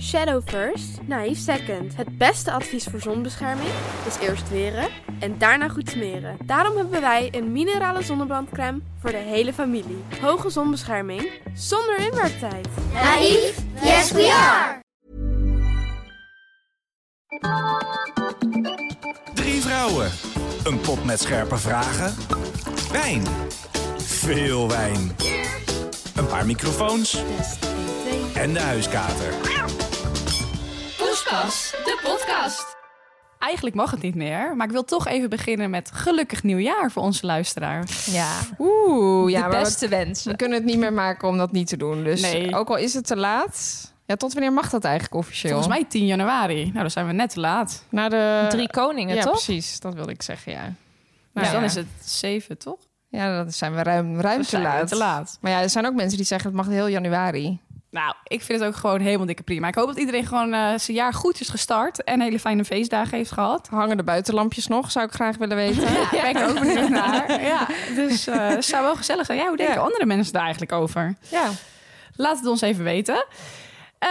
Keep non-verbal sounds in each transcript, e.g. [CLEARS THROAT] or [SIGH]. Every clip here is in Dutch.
Shadow first, naïef second. Het beste advies voor zonbescherming is eerst weren en daarna goed smeren. Daarom hebben wij een minerale zonnebrandcrème voor de hele familie. Hoge zonbescherming zonder inwerktijd. Naïef? Yes, we are! Drie vrouwen. Een pot met scherpe vragen. Wijn. Veel wijn. Een paar microfoons. En de huiskater. Poespas, de podcast. Eigenlijk mag het niet meer, maar ik wil toch even beginnen met gelukkig nieuwjaar voor onze luisteraar. Ja, Oeh, ja, de maar beste we, we wensen. kunnen het niet meer maken om dat niet te doen. Dus Nee. ook al is het te laat. Ja, tot wanneer mag dat eigenlijk officieel? Volgens mij 10 januari. Nou, dan zijn we net te laat. Na de... Drie koningen, Ja, toch? precies. Dat wilde ik zeggen, ja. Dus Nou dan ja. is het 7, toch? Ja, dan zijn we ruim, ruim Dan te, zijn we laat. te laat. Maar ja, er zijn ook mensen die zeggen het mag heel januari. Nou, ik vind het ook gewoon helemaal dikke prima. Ik hoop dat iedereen gewoon eh, zijn jaar goed is gestart en hele fijne feestdagen heeft [LAUGHS] gehad. Hangen de buitenlampjes nog, zou ik graag willen weten. [LAUGHS] Ja, daar ben ik ook benieuwd naar. Ja, dus eh, het zou wel gezellig zijn. Ja, hoe denken Ja. andere mensen daar eigenlijk over? ja. Laat het ons even weten. Eh,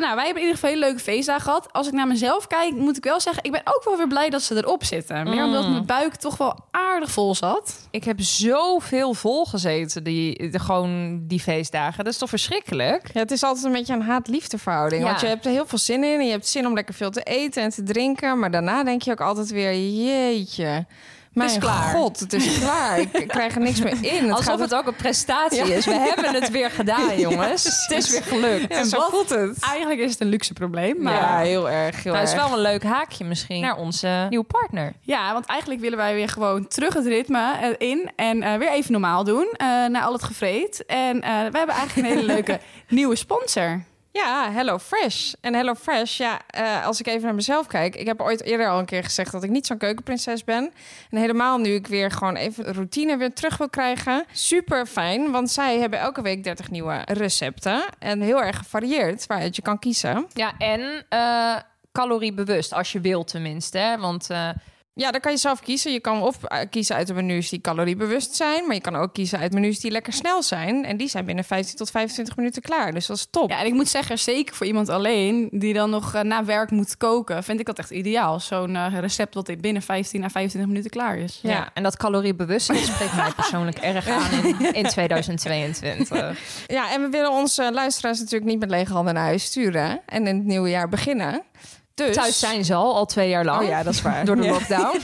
nou, wij hebben in ieder geval hele leuke feestdagen gehad. Als ik naar mezelf kijk, moet ik wel zeggen... ik ben ook wel weer blij dat ze erop zitten. Meer omdat mijn buik toch wel aardig vol zat. Ik heb zoveel volgezeten, die, de- gewoon die feestdagen. Dat is toch verschrikkelijk? Ja, het is altijd een beetje een haat-liefde verhouding. Ja. Want je hebt er heel veel zin in en je hebt zin om lekker veel te eten en te drinken. Maar daarna denk je ook altijd weer, jeetje. Mijn klaar. god, het is klaar. Ik krijg er niks meer in. Het Alsof gaat- het ook een prestatie is. We hebben het weer [LAUGHS] gedaan, jongens. het is weer gelukt. Ja, zo voelt het. Eigenlijk is het een luxe probleem. Maar... Ja, Ja. heel erg. Heel Nou, erg. is wel een leuk haakje misschien naar onze nieuwe partner. want eigenlijk willen wij weer gewoon terug het ritme eh, in... en eh, weer even normaal doen eh, na al het gevreed. En eh, we hebben eigenlijk een hele [LAUGHS] leuke nieuwe sponsor. Ja, Hello Fresh. En Hello Fresh, ja, eh, als ik even naar mezelf kijk, ik heb ooit eerder al een keer gezegd dat ik niet zo'n keukenprinses ben. En helemaal nu ik weer gewoon even routine weer terug wil krijgen. Super fijn, want zij hebben elke week 30 nieuwe recepten en heel erg gevarieerd waaruit je kan kiezen. Ja, en eh, caloriebewust, als je wilt tenminste. Hè? Want eh, Ja, dan kan je zelf kiezen. Je kan of eh, kiezen uit de menus die caloriebewust zijn, maar je kan ook kiezen uit menus die lekker snel zijn en die zijn binnen 15 tot 25 minuten klaar. Dus dat is top. Ja, en ik moet zeggen, zeker voor iemand alleen... die dan nog eh, na werk moet koken... vind ik dat echt ideaal. Zo'n eh, recept wat binnen 15 à 25 minuten klaar is. ja. en dat caloriebewust dat spreekt mij [LAUGHS] persoonlijk erg aan in, in 2022. Ja, en we willen onze luisteraars natuurlijk niet met lege handen naar huis sturen en in het nieuwe jaar beginnen. [LAUGHS] Dus Thuis zijn ze al, al twee jaar lang. Oh ja, dat is waar. [LAUGHS] Door de Ja. [LAUGHS] lockdown.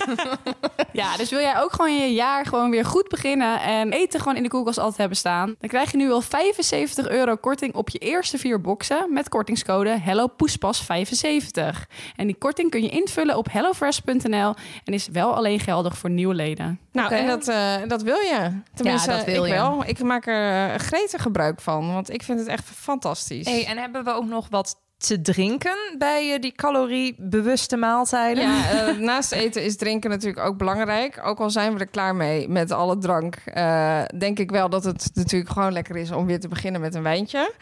Ja, dus wil jij ook gewoon je jaar gewoon weer goed beginnen en eten gewoon in de koelkast altijd hebben staan? Dan krijg je nu wel 75 euro korting op je eerste vier boxen met kortingscode HelloPoespas75. En die korting kun je invullen op hellofresh.nl en is wel alleen geldig voor nieuwe leden. Nou, Oké. en dat, eh, dat wil je. Tenminste, Ja, dat wil ik je. wel. Ik maak er eh, gretig gebruik van, want ik vind het echt fantastisch. Hey, en hebben we ook nog wat te drinken bij eh, die caloriebewuste maaltijden? Ja, eh, naast eten is drinken natuurlijk ook belangrijk. Ook al zijn we er klaar mee met alle drank, eh, denk ik wel dat het natuurlijk gewoon lekker is om weer te beginnen met een wijntje.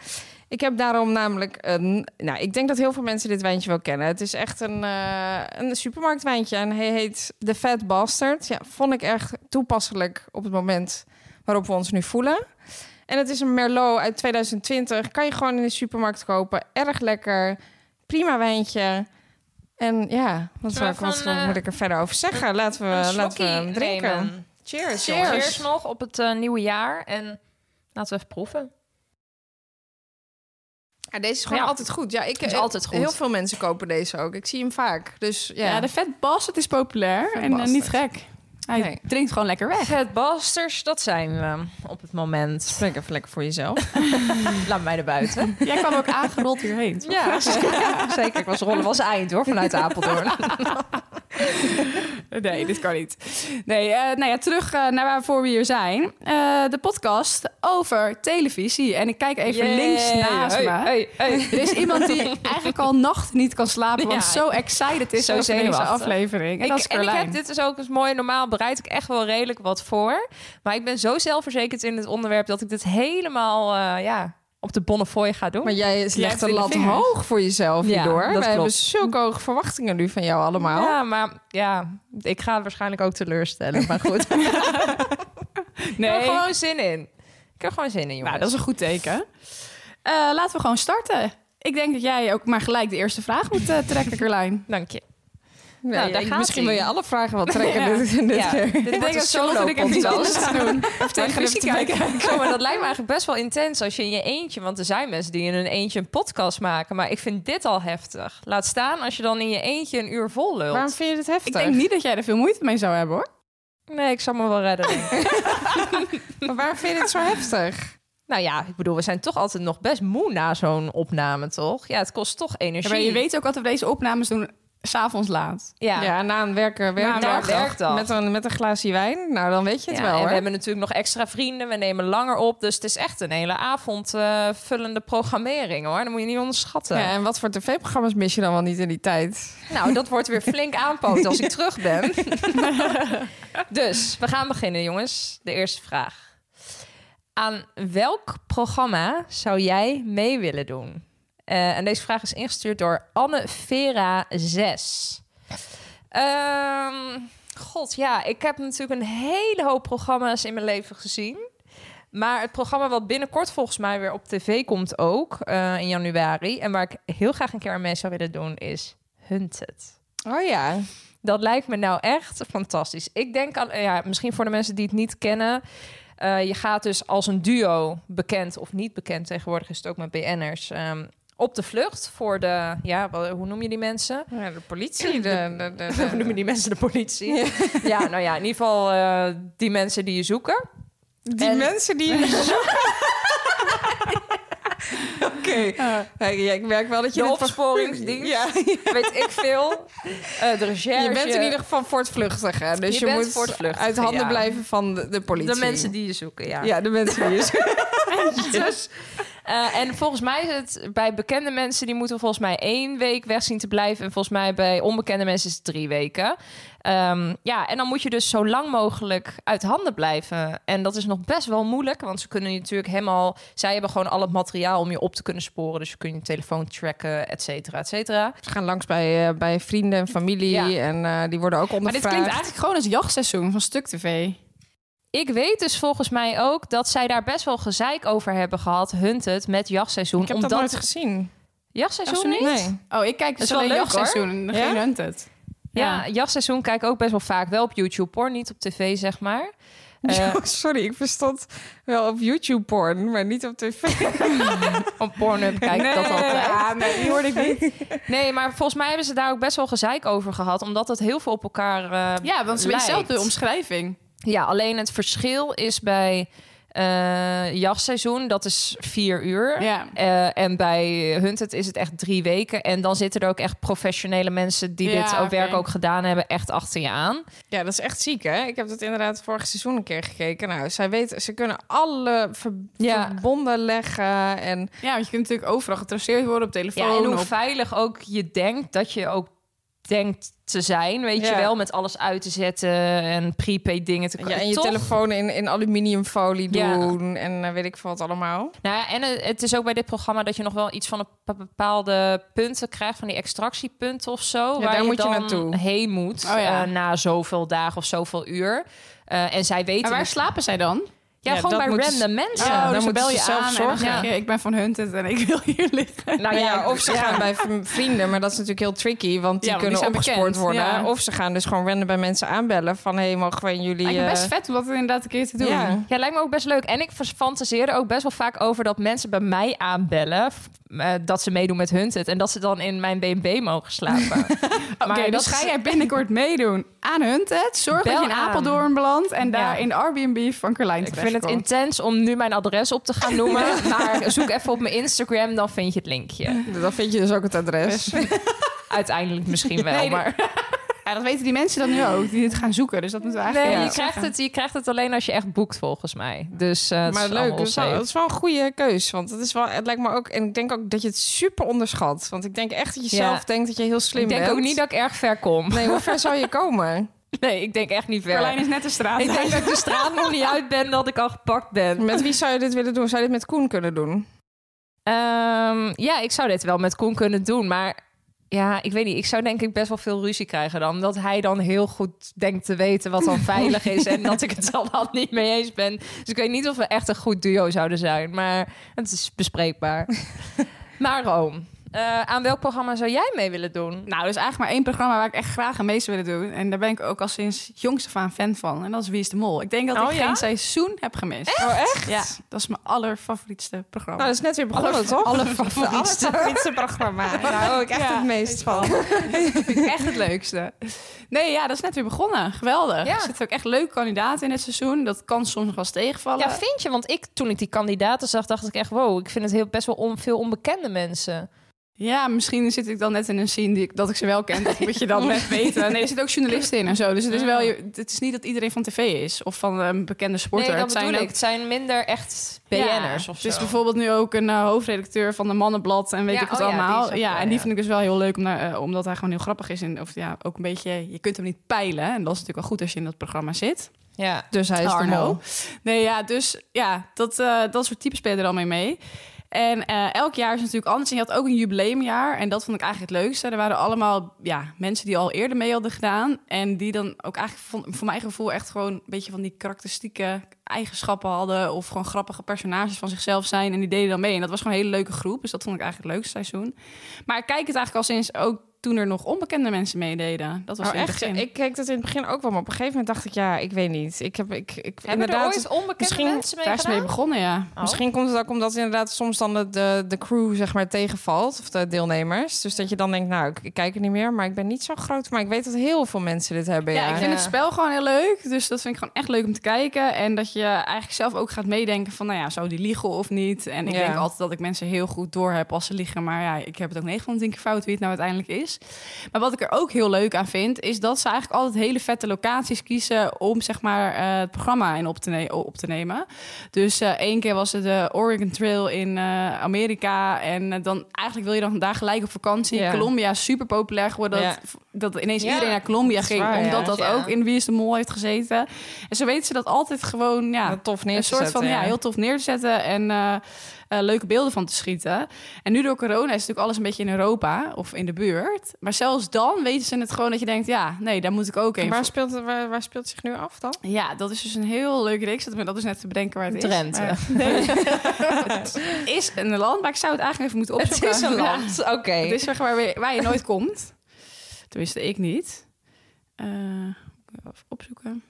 Ik heb daarom namelijk een. Nou, ik denk dat heel veel mensen dit wijntje wel kennen. Het is echt een, eh, een supermarktwijntje en hij heet The Fat Bastard. Ja, vond ik echt toepasselijk op het moment waarop we ons nu voelen. En het is een Merlot uit 2020. Kan je gewoon in de supermarkt kopen. Erg lekker. Prima wijntje. En ja, wat, zou Zullen ik, we wat gewoon, eh, moet ik er verder over zeggen? Laten we, Een laten we hem slokkie drinken. nemen. Cheers, Cheers. jongens. nog op het eh, nieuwe jaar. En laten we even proeven. Ja, deze is gewoon Ja. altijd goed. Ja, ik, Is eh, altijd goed. Heel veel mensen kopen deze ook. Ik zie hem vaak. Dus ja, Ja, de Vet Bastard is populair Vet en eh, niet Bastard. gek. Hij Nee. drinkt gewoon lekker weg. Het basters, dat zijn we op het moment. drink even lekker voor [LAUGHS] jezelf. Laat mij er buiten. Jij kwam ook aangerold hierheen. ja, [LAUGHS] zeker. Ik was rollen was eind hoor, vanuit Apeldoorn. Nee, dit kan niet. Nee, eh, nou ja, terug eh, naar waarvoor we hier zijn. Eh, de podcast over televisie. En ik kijk [LAUGHS] even Yay. links naast Hey, me. hey, hey. Er is iemand die eigenlijk al nacht niet kan slapen, want Ja, zo excited is zo over deze zenuwachtig. aflevering. En Ik, dat is [LAUGHS] en ik Carlijn. heb, dit is ook eens mooi. Normaal bereid ik echt wel redelijk wat voor. Maar ik ben zo zelfverzekerd in het onderwerp dat ik dit helemaal eh, ja, op de bonnefoy ga doen. Maar jij legt de vindt lat de vingers. hoog voor jezelf Ja, hierdoor. Wij dat klopt. hebben zulke hoge verwachtingen nu van jou allemaal. Ja, maar ja, ik ga waarschijnlijk ook teleurstellen. Maar [LAUGHS] goed, ik heb er Nee, gewoon zin in. Ik heb er gewoon zin in, jongens. nou, dat is een goed teken. Eh, laten we gewoon starten. Ik denk dat jij ook maar gelijk de eerste vraag moet eh, trekken, Carlijn. Dank je. Nee, Nou, daar ik- gaat misschien ie. wil je alle vragen [LAUGHS] wel trekken. Ja. Dit, dit Ja. keer. Dit wordt een solo podcast. doen. Of televisie Even kijken. [LAUGHS] Zo, maar dat lijkt me eigenlijk best wel intens als je in je eentje... want er zijn mensen die in hun eentje een podcast maken... maar ik vind dit al heftig. Laat staan als je dan in je eentje een uur vol lult. Waarom vind je dit heftig? Ik denk niet dat jij er veel moeite mee zou hebben, hoor. Nee, ik zal me wel redden. [LAUGHS] denk ik. Maar waarom vind je dit zo heftig? nou ja, ik bedoel, we zijn toch altijd nog best moe na zo'n opname, toch? Ja, het kost toch energie. maar je weet ook altijd we deze opnames doen s'avonds laat. Ja. Ja, na een werken, werkdag, een werkdag. Met, een, met een glaasje wijn. Nou, dan weet je het Ja, wel. en hoor. we hebben natuurlijk nog extra vrienden. We nemen langer op. Dus het is echt een hele avond eh, vullende programmering hoor. Dat moet je niet onderschatten. Ja, en wat voor tv-programma's mis je dan wel niet in die tijd? Nou, dat wordt weer flink aanpoot als ik terug ben. dus we gaan beginnen, jongens. De eerste vraag. Aan welk programma zou jij mee willen doen? Eh, en deze vraag is ingestuurd door Anne Vera 6. Ehm, God, ja, ik heb natuurlijk een hele hoop programma's in mijn leven gezien. Maar het programma wat binnenkort volgens mij weer op tv komt ook eh, in januari... en waar ik heel graag een keer aan mee zou willen doen, is Hunted. Oh ja. Dat lijkt me nou echt fantastisch. Ik denk aan, ja, misschien voor de mensen die het niet kennen. eh, je gaat dus als een duo, bekend of niet bekend, tegenwoordig is het ook met BN'ers, ehm, op de vlucht voor de, ja, wel, hoe noem je die mensen? de politie. De, de, [LAUGHS] de, Hoe noemen die mensen de politie? Ja, nou ja, in ieder geval eh, die mensen die je zoeken. Die En- mensen die. [LAUGHS] Oké. Hey, ja, ik merk wel dat je. De dit pas- opsporingsdienst, Ja. weet ik veel. Eh, de recherche. Je bent in ieder geval voortvluchtig. Hè? Dus Je je, bent moet voortvluchtig, uit handen ja. blijven van de, de politie. de mensen die je zoeken, ja. Ja, de mensen die. je- [LAUGHS] Dus, eh, en volgens mij is het bij bekende mensen die moeten volgens mij één week weg zien te blijven. En volgens mij bij onbekende mensen is het drie weken. Ehm, ja, en dan moet je dus zo lang mogelijk uit handen blijven. En dat is nog best wel moeilijk, want ze kunnen je natuurlijk helemaal. Zij hebben gewoon al het materiaal om je op te kunnen sporen. Dus je kunt je telefoon tracken, et cetera, et cetera. Ze gaan langs bij, eh, bij vrienden en familie. Ja. En eh, die worden ook Maar ondervraagd. dit klinkt eigenlijk gewoon als jachtseizoen van Stuk TV. Ik weet dus volgens mij ook dat zij daar best wel gezeik over hebben gehad. Hunted met jachtseizoen. Ik heb dat nooit gezien. Jachtseizoen niet? Nee. Oh, ik kijk dus is wel alleen leuk, jachtseizoen en Ja? geen Hunted. Ja, jachtseizoen kijk ik ook best wel vaak. Wel op YouTube hoor, niet op tv [LAUGHS] zeg maar. Eh, Oh, [LAUGHS] sorry, ik verstond wel op YouTube porn, maar niet op tv. op Pornhub kijk ik dat altijd. nee, die hoorde ik niet. Nee, maar volgens mij hebben ze daar ook best wel gezeik over gehad. Omdat het heel veel op elkaar eh, Ja, want het is een lijkt. beetje dezelfde omschrijving. Ja, alleen het verschil is bij eh jachtseizoen, dat is vier uur. Ja. Eh, en bij Hunted is het echt drie weken. En dan zitten er ook echt professionele mensen... die Ja, dit ook oké. werk ook gedaan hebben, echt achter je aan. Ja, dat is echt ziek, hè? Ik heb dat inderdaad vorig seizoen een keer gekeken. Nou, zij weten, ze kunnen alle ver- Ja. verbonden leggen en Ja, want je kunt natuurlijk overal getraceerd worden op telefoon. Ja, en hoe op- veilig ook je denkt dat je ook denkt te zijn, weet je Ja. wel, met alles uit te zetten en prepaid dingen te ja, en je Toch? telefoon in, in aluminiumfolie Ja. doen en eh, weet ik veel wat allemaal. Nou ja, en eh, het is ook bij dit programma dat je nog wel iets van een pa- bepaalde punten krijgt, van die extractiepunten of zo, waar daar je moet je dan naartoe. heen moet Oh ja. eh, na zoveel dagen of zoveel uur. Eh, en zij weten Maar waar dus- slapen zij dan? ja, Ja, gewoon dat bij moeten random mensen. Ja, oh, dan dus dan moeten bel ze je zelf aan en dan zorgen. zeg je, ik ben van Hunted en ik wil hier liggen. Nou ja, ja, of ze gaan bij v- vrienden, maar dat is natuurlijk heel tricky, want die Ja, want die kunnen zijn opgespoord bekend, worden. ja. Of ze gaan dus gewoon random bij mensen aanbellen van, hé, hey, mogen we in jullie... Lijkt me eh, best vet om dat inderdaad een keer te doen. Ja. Ja, lijkt me ook best leuk. En ik fantaseerde ook best wel vaak over dat mensen bij mij aanbellen. f- eh, dat ze meedoen met Hunted. En dat ze dan in mijn BNB mogen [LAUGHS] slapen. Oké, Maar dus dat- ga jij binnenkort meedoen aan Hunted. Zorg Bel dat je in aan. Apeldoorn belandt en daar Ja. in de Airbnb van Carlijn ik vind het terechtkomt. intens om nu mijn adres op te gaan [LAUGHS] noemen. Maar zoek even op mijn Instagram, dan vind je het linkje. Dan vind je dus ook het adres. Uiteindelijk misschien wel, Nee, maar... Ja, dat weten die mensen dan nu ook, die dit gaan zoeken. Dus dat moeten we eigenlijk... Nee, Ja. je, krijgt het, je krijgt het alleen als je echt boekt, volgens mij. Dus eh, het maar is leuk, allemaal dat is, wel, safe. dat is wel een goede keus. Want het, is wel, het lijkt me ook... En ik denk ook dat je het super onderschat. Want ik denk echt dat je Ja. zelf denkt dat je heel slim Ik bent. denk ook niet dat ik erg ver kom. Nee, hoe ver zou je komen? Nee, ik denk echt niet ver. Carlijn is net de straat. Ik denk dat ik de straat nog niet uit ben, dat ik al gepakt ben. Met wie zou je dit willen doen? Zou je dit met Koen kunnen doen? Nou, Ehm, ja, ik zou dit wel met Koen kunnen doen, maar ja, ik weet niet. Ik zou denk ik best wel veel ruzie krijgen dan, omdat hij dan heel goed denkt te weten wat dan veilig is en dat ik het dan al niet mee eens ben. Dus ik weet niet of we echt een goed duo zouden zijn, maar het is bespreekbaar. Maar Rome, eh, aan welk programma zou jij mee willen doen? Nou, er is eigenlijk maar één programma waar ik echt graag aan mee zou willen doen. En daar ben ik ook al sinds jongs af aan fan van. En dat is Wie is de Mol. Ik denk dat Oh, ik ja? geen seizoen heb gemist. Oh, echt? Ja, dat is mijn allerfavorietste programma. Nou, dat is net weer begonnen, toch? allerfavorietste. favoriete programma. Daar hou ik echt Ja. het meest van. vind ik echt het leukste. [LAUGHS] Nee, ja, dat is net weer begonnen. Geweldig. Ja. Er zitten ook echt leuke kandidaten in het seizoen. Dat kan soms nog wel eens tegenvallen. Ja, vind je? Want ik, toen ik die kandidaten zag, dacht ik echt... wow, ik vind het heel, best wel on- veel onbekende mensen. Ja, misschien zit ik dan net in een scene die ik, dat ik ze wel ken. Dat moet je [LAUGHS] dan net weten. Nee, er zitten ook journalisten in en zo. Dus het is, wel, je- het is niet dat iedereen van tv is. Of van een bekende sporter. Ah. nee, dat het zijn bedoel ik. ook Het zijn minder echt Ja, BN'ers of zo. Dus bijvoorbeeld nu ook een eh, hoofdredacteur van de Mannenblad en weet Ja, ik wat oh ja, die allemaal. is Ja, ook wel, en die ja. vind ik dus wel heel leuk, om naar- eh, omdat hij gewoon heel grappig is. En of, ja, ook een beetje, je kunt hem niet peilen. En dat is natuurlijk wel goed als je in dat programma zit. Ja. Dus hij is de mol. Arno. Nee, ja, dus ja, dat, eh, dat soort types spelen er allemaal mee. En eh, elk jaar is het natuurlijk anders. En je had ook een jubileumjaar. En dat vond ik eigenlijk het leukste. Er waren allemaal ja, mensen die al eerder mee hadden gedaan. En die dan ook eigenlijk van, voor mijn gevoel echt gewoon een beetje van die karakteristieke eigenschappen hadden. Of gewoon grappige personages van zichzelf zijn. En die deden dan mee. En dat was gewoon een hele leuke groep. Dus dat vond ik eigenlijk het leukste seizoen. Maar ik kijk het eigenlijk al sinds ook toen er nog onbekende mensen meededen. Dat was Oh, in het echt? begin. Ik keek dat in het begin ook wel, maar op een gegeven moment dacht ik, ja, ik weet niet. Ik heb, ik, ik, Hebben er inderdaad, ooit onbekende misschien- mensen mee Daar is het mee gedaan? begonnen, ja. Oh. Misschien komt het ook omdat inderdaad soms dan de, de, de crew zeg maar tegenvalt, of de deelnemers. Dus dat je dan denkt, nou, ik, ik kijk er niet meer, maar ik ben niet zo groot. Maar ik weet dat heel veel mensen dit hebben. Ja, Ja, ik vind Ja. het spel gewoon heel leuk. Dus dat vind ik gewoon echt leuk om te kijken. En dat je eigenlijk zelf ook gaat meedenken van, nou ja, zou die liegen of niet? En ik Ja. denk altijd dat ik mensen heel goed doorheb als ze liegen. Maar ja, ik heb het ook 9 van 10 keer fout wie het nou uiteindelijk is. Maar wat ik er ook heel leuk aan vind, is dat ze eigenlijk altijd hele vette locaties kiezen om zeg maar eh, het programma in op te, ne- op te nemen. Dus eh, één keer was het de Oregon Trail in eh, Amerika. En eh, dan eigenlijk wil je dan daar gelijk op vakantie. Ja. Colombia is super populair geworden. Ja. Dat, dat ineens Ja. iedereen naar Colombia Dat is ging. waar, ja. omdat dat Ja. ook in Wie is de Mol heeft gezeten. En zo weten ze dat altijd gewoon ja, Dat tof neer een te soort van zetten, ja, ja. [LAUGHS] heel tof neer te zetten. En eh, eh, leuke beelden van te schieten. En nu door corona is natuurlijk alles een beetje in Europa of in de buurt. Maar zelfs dan weten ze het gewoon dat je denkt, ja, nee, daar moet ik ook heen. Waar speelt, het- waar, waar speelt het zich nu af dan? Ja, dat is dus een heel leuk reeks. Dat me dat dus net te bedenken waar het is. Drenthe. Maar- [LAUGHS] [LAUGHS] Nee. het is een land, maar ik zou het eigenlijk even moeten Het opzoeken. is een Ja. land, oké. Het is zeg maar waar, waar je nooit komt. [LAUGHS] Tenminste, ik niet. Eh, moet ik even opzoeken.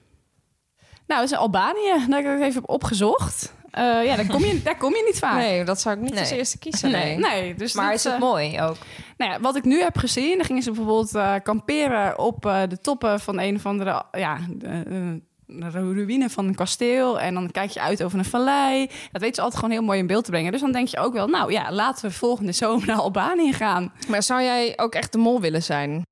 Nou, het is in Albanië. Daar heb ik het even op opgezocht. Eh, ja, daar kom, je, daar kom je niet vaak. Nee, dat zou ik niet [LAUGHS] Nee. als [LAUGHS] eerste kiezen. Nee. Nee. Nee, dus Maar dat, is het eh, mooi ook? nou ja, wat ik nu heb gezien, dan gingen ze bijvoorbeeld eh, kamperen op eh, de toppen van een of andere ja, eh, eh, ruïne van een kasteel. En dan kijk je uit over een vallei. Dat weten ze altijd gewoon heel mooi in beeld te brengen. Dus dan denk je ook wel, nou ja, laten we volgende zomer naar Albanië gaan. Maar zou jij ook echt de mol willen zijn?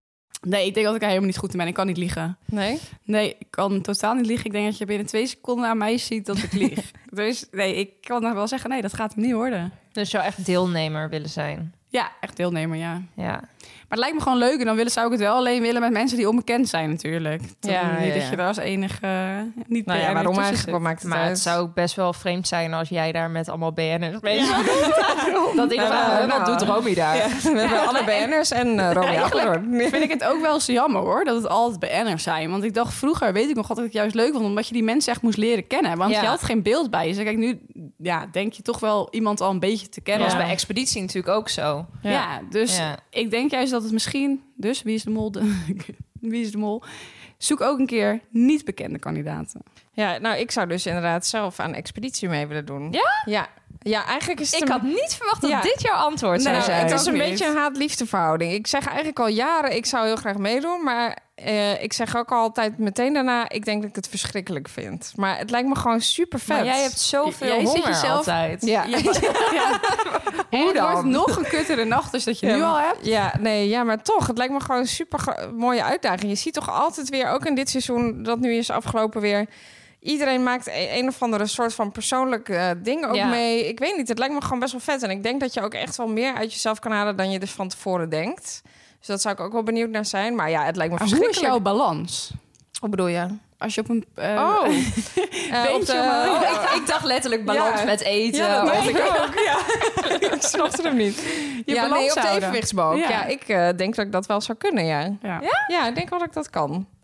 Nee, ik denk dat ik er helemaal niet goed in ben. Ik kan niet liegen. Nee? Nee, ik kan totaal niet liegen. Ik denk dat je binnen twee seconden aan mij ziet dat ik [LAUGHS] lieg. dus nee, ik kan nog wel zeggen, nee, dat gaat hem niet worden. Dus zou echt deelnemer willen zijn? Ja, echt deelnemer, ja. Ja. Nou Maar het lijkt me gewoon leuk. En dan willen, zou ik het wel alleen willen met mensen die onbekend zijn natuurlijk. Dan Ja, niet ja, dat ja. je er als enige eh, niet Nou bij ja, aan waarom ertussen eigenlijk? Wat zit. maakt het Maar uit? het zou ook best wel vreemd zijn als jij daar met allemaal BN'ers mee [LAUGHS] zou doen. Dat ik Nou, vraag, nou, hè, wat nou. doet Romy daar? Ja, we hebben alle BN'ers en uh, Romy Appeldoorn. Vind ik het ook wel eens jammer hoor, dat het altijd BN'ers zijn. Want ik dacht vroeger, weet ik nog, altijd dat ik het juist leuk vond. Omdat je die mensen echt moest leren kennen. Want Ja. je had geen beeld bij ze. Kijk, nu ja, denk je toch wel iemand al een beetje te Dat kennen. was Ja. bij Expeditie natuurlijk ook zo. Ja, dus Ja. ik denk juist dat het misschien... Dus, wie is de mol? [LAUGHS] De- wie is de mol? Zoek ook een keer niet bekende kandidaten. Ja, nou, ik zou dus inderdaad zelf aan expeditie mee willen doen. Ja? Ja, ja eigenlijk is het Ik een- had niet verwacht dat Ja. dit jouw antwoord zou Nou, zijn. het is een Ook beetje niet. een haat-liefde verhouding. Ik zeg eigenlijk al jaren, ik zou heel graag meedoen. Maar eh, ik zeg ook altijd meteen daarna, ik denk dat ik het verschrikkelijk vind. Maar het lijkt me gewoon super vet. Maar jij hebt zoveel J- jij zit honger jezelf- [LAUGHS] altijd. Ja. [LAUGHS] Ja. Ja. En het dan? wordt nog een kuttere nacht als dat je Ja, nu maar- al hebt. Ja, nee, ja, maar toch. Het lijkt me gewoon een super gro- mooie uitdaging. Je ziet toch altijd weer, ook in dit seizoen, dat nu is afgelopen weer... Iedereen maakt e- een, of andere soort van persoonlijk eh, ding ook Ja. mee. Ik weet niet, het lijkt me gewoon best wel vet. En ik denk dat je ook echt wel meer uit jezelf kan halen dan je dus van tevoren denkt. Dus dat zou ik ook wel benieuwd naar zijn. Maar ja, het lijkt me Maar Ah, hoe is verschrikkelijk. jouw balans? Wat bedoel je? Als je op een... eh, [LAUGHS] Oh, Beetje Eh, op de- omhoog. Oh, ik, ik dacht letterlijk balans Ja. met eten. Oh, Ja, dat of- dacht ik ook. Ja. [LAUGHS] ik snapte hem niet. Je ja, balans nee, op de houden. evenwichtsbalk. Ja, Ja. ik eh, denk dat ik dat wel zou kunnen, ja. [LAUGHS] Ja. Ja, ik denk wel dat ik dat kan.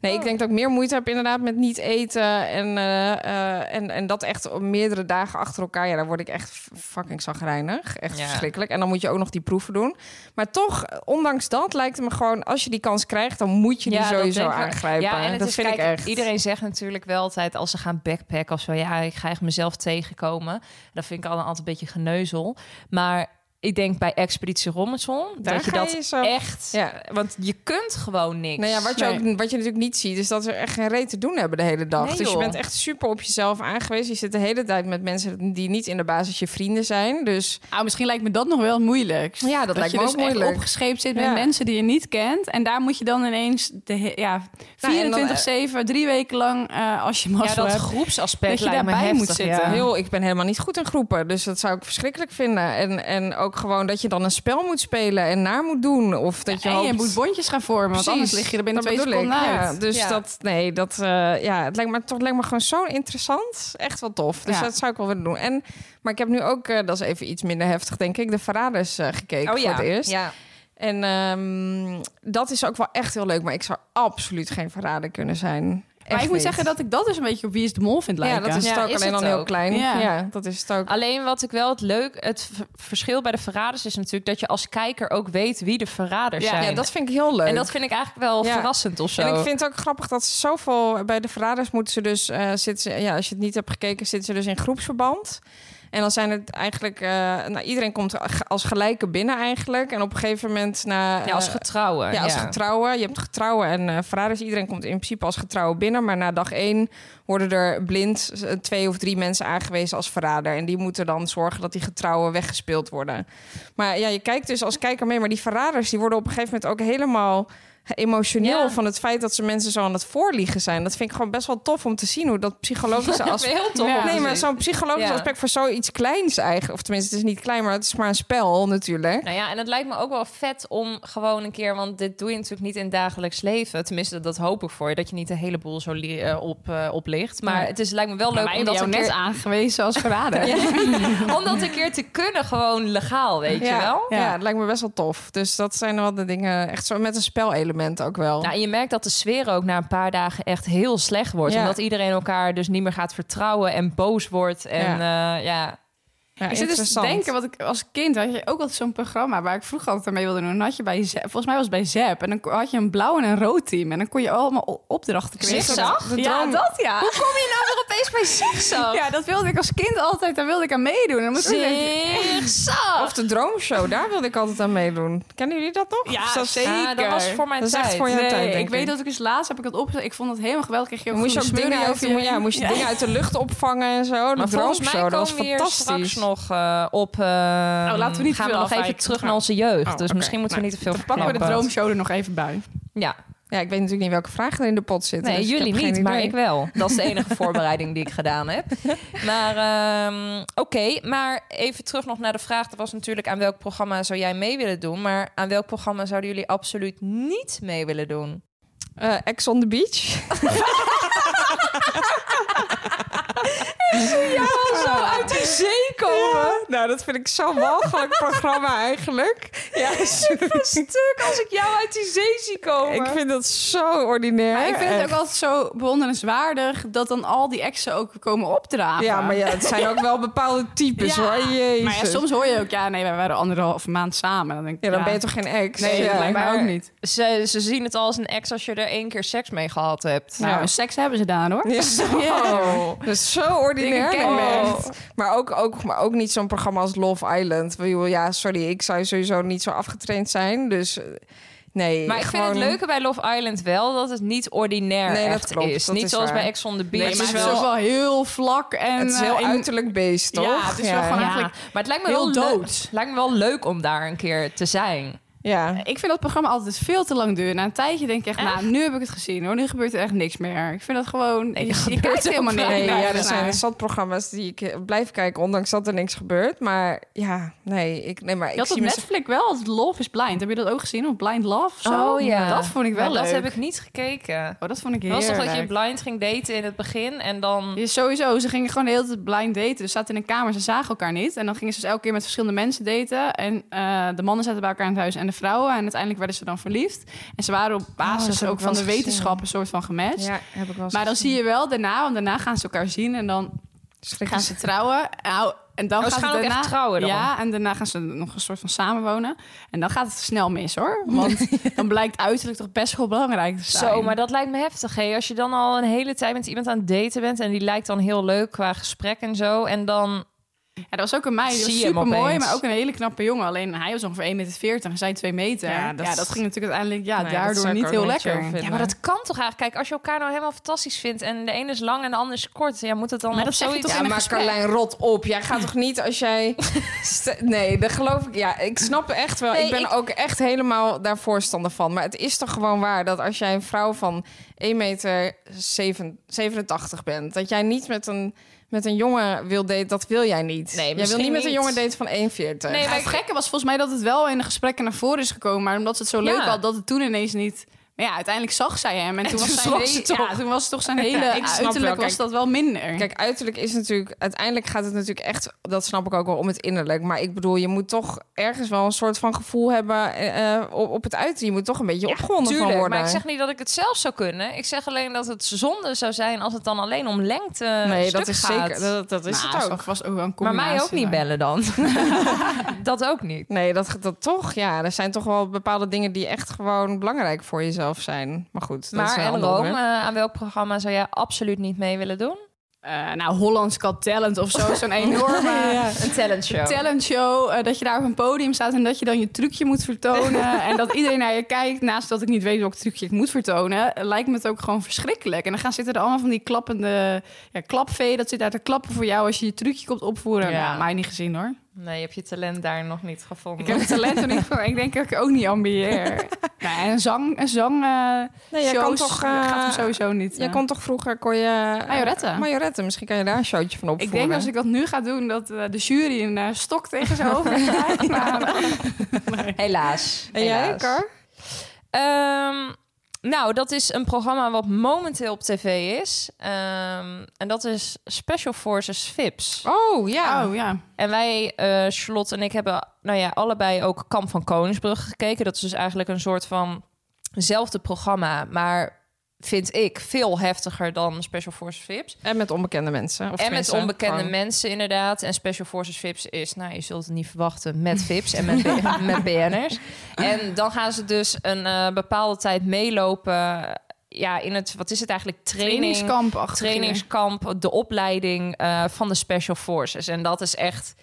Nee, Oh. ik denk dat ik meer moeite heb inderdaad met niet eten. En, eh, eh, en, en dat echt op meerdere dagen achter elkaar. Ja, daar word ik echt f- fucking zagrijnig. Echt Ja. verschrikkelijk. En dan moet je ook nog die proeven doen. Maar toch, eh, ondanks dat lijkt het me gewoon... als je die kans krijgt, dan moet je die Ja, dat sowieso denk ik wel. aangrijpen. Ja, en het dat is, vind kijk, ik echt. Iedereen zegt natuurlijk wel altijd als ze gaan backpacken of zo, ja, ik ga echt mezelf tegenkomen. Dat vind ik al een altijd een beetje geneuzel. Maar ik denk bij Expeditie Robinson Daar dat je ga dat je zo- echt, Ja. want je kunt gewoon niks. Nou ja, wat je, ook, wat je natuurlijk niet ziet, is dat ze echt geen reet te doen hebben de hele dag. Nee, dus je joh. bent echt super op jezelf aangewezen. Je zit de hele tijd met mensen die niet in de basis je vrienden zijn. Dus Ah, misschien lijkt me dat nog wel moeilijk. Ja, dat lijkt je me dus ook echt moeilijk. opgescheept zit Ja. met mensen die je niet kent. En daar moet je dan ineens de, he- Nou, ja, eh, 24-7, drie weken lang, eh, als je Ja, mazzel dat hebt... groepsaspect dat je lijkt me daarbij moet heftig, zitten. ja. Oh eh, heel, ik ben helemaal niet goed in groepen. Dus dat zou ik verschrikkelijk vinden. En, en ook gewoon dat je dan een spel moet spelen en naar moet doen. Of dat je en je hoopt- moet bondjes gaan vormen, want Precies, anders lig je er binnen dat twee bedoel ik. seconden uit. Ja, dus Ja. dat, nee, dat, eh, ja, het lijkt me toch lijkt me gewoon zo interessant. Echt wel tof. Dus Ja. dat zou ik wel willen doen. En, maar ik heb nu ook, eh, dat is even iets minder heftig, denk ik, de Verraders eh, gekeken oh ja. voor het eerst. Ja. En ehm, dat is ook wel echt heel leuk, maar ik zou absoluut geen verrader kunnen zijn. Maar ik moet zeggen dat ik dat dus een beetje op Wie is de Mol vind Ja, lijken. dat is het Ja, ook. is alleen het dan heel ook. klein. Ja. Ja. dat is het ook. Alleen wat ik wel het leuk, het v- verschil bij de verraders is natuurlijk dat je als kijker ook weet wie de verraders Ja, zijn. Ja, dat vind ik heel leuk. en dat vind ik eigenlijk wel Ja. verrassend of zo. En ik vind het ook grappig dat ze zoveel... Bij de verraders moeten ze dus... eh, zitten ze, ja, als je het niet hebt gekeken, zitten ze dus in groepsverband. En dan zijn het eigenlijk... eh, nou, iedereen komt als gelijke binnen eigenlijk. En op een gegeven moment... Na, Ah, ja, als eh, getrouwen. Ja, als getrouwen. Je hebt getrouwen en eh verraders. Iedereen komt in principe als getrouwen binnen. Maar na dag één worden er blind eh, twee of drie mensen aangewezen als verrader. En die moeten dan zorgen dat die getrouwen weggespeeld worden. Maar ja, je kijkt dus als kijker mee. Maar die verraders die worden op een gegeven moment ook helemaal emotioneel Ja. van het feit dat ze mensen zo aan het voorliegen zijn. Dat vind ik gewoon best wel tof om te zien hoe dat [LAUGHS] psychologische Dat is aspect... heel tof. Ja. om te Nee, maar zien. zo'n psychologisch Ja. aspect voor zoiets kleins eigenlijk. Of tenminste, het is niet klein, maar het is maar een spel natuurlijk. Nou ja, en het lijkt me ook wel vet om gewoon een keer, want dit doe je natuurlijk niet in het dagelijks leven. Tenminste, dat hoop ik voor je, dat je niet een heleboel zo li- eh, op, eh, op ligt. Maar Nee. het is, lijkt me wel leuk maar om omdat dat, jou een net [LAUGHS] keer, aangewezen [LAUGHS] als verrader. [LAUGHS] om dat een keer te kunnen, gewoon legaal, weet ja. je wel? Ja. Ja. het lijkt me best wel tof. Dus dat zijn wel de dingen, echt zo met een spelelement ook wel. Nou, en je merkt dat de sfeer ook na een paar dagen echt heel slecht wordt. Ja. Omdat iedereen elkaar dus niet meer gaat vertrouwen en boos wordt. En eh, ja, Ja, ik zit dus te interessant. denken, wat ik als kind had je ook altijd zo'n programma waar ik vroeger altijd mee wilde doen. Dan had je bij Zep, volgens mij was het bij Zep, en dan ko- had je een blauw en een rood team. En dan kon je allemaal o- opdrachten krijgen. Zigzag? De Ja, droom. dat ja. kom je nou weer opeens bij zigzag? Ja, dat wilde ik als kind altijd, daar wilde ik aan meedoen. En dan moest ik denken, Zigzag! Of de Droomshow, daar wilde ik altijd aan meedoen. Kennen jullie dat nog? Ja, Of dat- zeker. Ah, dat was voor mijn Dat is echt tijd. voor jouw nee, tijd, ik, denk weet ik. dat ik eens laatst heb ik dat opgezet. Ik vond dat helemaal geweldig. Kreeg je ook Moest je groene ook dingen smurrie uit, over de, ja, moest je dingen uit de lucht opvangen en zo. De Maar volgens mij Droomshow, komen dat was we hier straks fantastisch. nog eh, op... eh, Oh, laten we niet te gaan we veel nog even afwijken. terug naar onze jeugd. Oh, dus oké. misschien moeten we niet te veel Dan pakken we de verklappen. droomshow er nog even bij. Ja, Ja, ik weet natuurlijk niet welke vragen er in de pot zitten. nee, dus ik jullie heb geen niet, maar idee. ik wel. Dat is de enige [LAUGHS] voorbereiding die ik gedaan heb. Maar ehm, oké, maar even terug nog naar de vraag. Dat was natuurlijk aan welk programma zou jij mee willen doen? Maar aan welk programma zouden jullie absoluut niet mee willen doen? Eh, Ex on the Beach. [LAUGHS] Zo uit die zee Ja, nou, dat vind ik zo'n [LAUGHS] walgelijk programma eigenlijk. Ja, sorry. stuk als ik jou uit die zee zie komen. Ik vind dat zo ordinair. Maar ik vind het echt. ook altijd zo bewonderenswaardig dat dan al die exen ook komen opdragen. Ja, maar ja, het zijn ook wel bepaalde types Ja. hoor. Jezus. Maar ja, soms hoor je ook, ja, nee, wij waren anderhalve maand samen. Dan denk ik, Ja, dan ben je toch geen ex? Nee, ja. dat lijkt mij maar- ook niet. Ze, ze zien het al als een ex als je er één keer seks mee gehad hebt. Nou, en seks hebben ze daar, hoor. Ja, [LAUGHS] zo. Dat is zo ordinair. Ik ken man. me Maar ook, ook, maar ook niet zo'n programma als Love Island. Ik bedoel, Ja, sorry, ik zou sowieso niet zo afgetraind zijn. Dus eh, nee. Maar ik vind gewoon- het leuke bij Love Island wel dat het niet ordinair Nee, dat echt klopt. is. Dat niet is zoals waar. bij Ex on the Beach. Nee, het maar is het is wel- ook wel heel vlak en... Het is heel eh, in- uiterlijk beest, toch? Ja, het is wel gewoon Ja. eigenlijk... Maar het lijkt me heel wel dood. leuk- lijkt me wel leuk om daar een keer te zijn. Ja. Ik vind dat programma altijd veel te lang duren. Na een tijdje denk ik echt, nou, nu heb ik het gezien, hoor. Nu gebeurt er echt niks meer. Ik vind dat gewoon... je, je kijkt helemaal niks Nee, meer ja, er naar. zijn zat programma's die ik eh, blijf kijken, ondanks dat er niks gebeurt. Maar ja, nee, ik, nee, maar ik Je had op zie mezelf- Netflix wel, als Love is Blind. Heb je dat ook gezien? Of Blind Love of zo? Oh, Dat vond ik wel Oh, Maar leuk. Dat heb ik niet gekeken. Oh, dat vond ik Het heel was toch dat je blind ging daten in het begin en dan... Ja, sowieso. Ze gingen gewoon de hele tijd blind daten. Dus ze zaten in een kamer, ze zagen elkaar niet. En dan gingen ze dus elke keer met verschillende mensen daten. En eh, de mannen zaten bij elkaar in het huis en de vreemde vrouwen. En uiteindelijk werden ze dan verliefd. En ze waren op Oh, dat basis heb ik ook wel van de eens gezien. wetenschap een soort van gematcht. Ja, heb ik wel eens Maar dan gezien. zie je wel daarna, want daarna gaan ze elkaar zien en dan Schrikken gaan ze- ze trouwen. Nou, en dan Oh, ze gaat gaan het ook daarna, echt trouwen dan? Ja, en daarna gaan ze nog een soort van samenwonen. En dan gaat het snel mis hoor. Want [LAUGHS] dan blijkt uiterlijk toch best wel belangrijk te zijn. Zo, maar dat lijkt me heftig. Hè? Als je dan al een hele tijd met iemand aan het daten bent en die lijkt dan heel leuk qua gesprek en zo. En dan. Ja, dat was ook een meid. Die was Zie je hem super mooi, opeens. maar ook een hele knappe jongen. Alleen hij was ongeveer 1,40 meter en zij 2 meter. Ja, Ja, dat dat, is- ging natuurlijk uiteindelijk ja, Nee, dat zou daardoor ik niet ook heel niet lekker. chill vinden. Ja, maar dat kan toch eigenlijk? Kijk, als je elkaar nou helemaal fantastisch vindt en de ene is lang en de ander is kort, ja, moet het dan. Maar dat op zeg je zoiets- toch Ja, in een maar gesprek. Carlijn, rot op. Jij gaat toch niet als [LAUGHS] jij... St- nee, dat geloof ik... Ja, ik snap echt wel. Nee, ik ben ik- ook echt helemaal daar voorstander van. Maar het is toch gewoon waar dat als jij een vrouw van 1,87 meter bent... dat jij niet met een, met een jongen wil daten, dat wil jij niet. Nee, jij wil misschien niet met een niet. jongen daten van 1,40. Nee, Ja, maar het gekke was volgens mij dat het wel in de gesprekken naar voren is gekomen. Maar omdat ze het zo leuk Ja. had, dat het toen ineens niet... Maar ja, uiteindelijk zag zij hem. En, toen, toen was zijn schrok hele- ze ja, toch. toen [LAUGHS] was toch zijn hele ik snap wel. uiterlijk was Kijk, dat wel minder. Kijk, uiterlijk is natuurlijk... Uiteindelijk gaat het natuurlijk echt... Dat snap ik ook wel om het innerlijk. Maar ik bedoel, je moet toch ergens wel een soort van gevoel hebben eh, eh, op, op het uiterlijk. Je moet toch een beetje opgewonden van Tuurlijk, worden. maar ik zeg niet dat ik het zelf zou kunnen. Ik zeg alleen dat het zonde zou zijn als het dan alleen om lengte Nee, stuk dat is gaat. zeker. Dat, dat is Eh, Nou, het ook. dat was ook wel een Maar combinatie. mij ook niet bellen [LAUGHS] dan. [LAUGHS] dat ook niet. Nee, dat, dat toch. Ja, er zijn toch wel bepaalde dingen die echt gewoon belangrijk voor jezelf zijn. Maar goed, dat is wel maar een en ander Rome, onderwerp. eh, aan welk programma zou jij absoluut niet mee willen doen? Eh, nou, Hollands Got Talent of [LAUGHS] zo. Zo'n enorme... Eh, [LAUGHS] Een talent show. talent show. eh, dat je daar op een podium staat en dat je dan je trucje moet [LAUGHS] vertonen. en dat iedereen naar je kijkt. Naast dat ik niet weet welk trucje ik moet vertonen. eh, Lijkt me het ook gewoon verschrikkelijk. En dan gaan zitten er allemaal van die klappende ja, klapvee. Dat zit daar te klappen voor jou als je je trucje komt opvoeren. Ja. Ja, mij niet gezien [LAUGHS] hoor. nee, je hebt je talent daar nog niet gevonden. Ik heb het talent en ik, ik denk dat ik ook niet ambieer. nou, en zang, en zang eh, Nee, jij shows kan toch, eh, gaat hem sowieso niet. Jij eh. kon toch vroeger, kon je... Majoretten. Majoretten, misschien kan je daar een showtje van ik opvoeren. denk als ik dat nu ga doen, dat eh, de jury een eh, stok tegen zijn hoofd [LAUGHS] krijgt. Maar- Helaas. En jij, helaas. Kar? Ehm, nou, dat is een programma wat momenteel op tv is. Ehm, en dat is Special Forces VIPS. Oh, ja. Oh ja. En wij, eh, Charlotte en ik, hebben nou ja, allebei ook Kamp van Koningsbrug gekeken. Dat is dus eigenlijk een soort van hetzelfde programma, maar vind ik veel heftiger dan Special Forces VIPS. En met onbekende mensen. Of En met tenminste, onbekende gewoon- mensen inderdaad. En Special Forces VIPs is, nou, je zult het niet verwachten, met VIPs en met, [LAUGHS] B- met BN'ers. En dan gaan ze dus een eh, bepaalde tijd meelopen. Ja, in het, wat is het eigenlijk? Training, Trainingskamp achter. trainingskamp, de opleiding eh, van de Special Forces. En dat is echt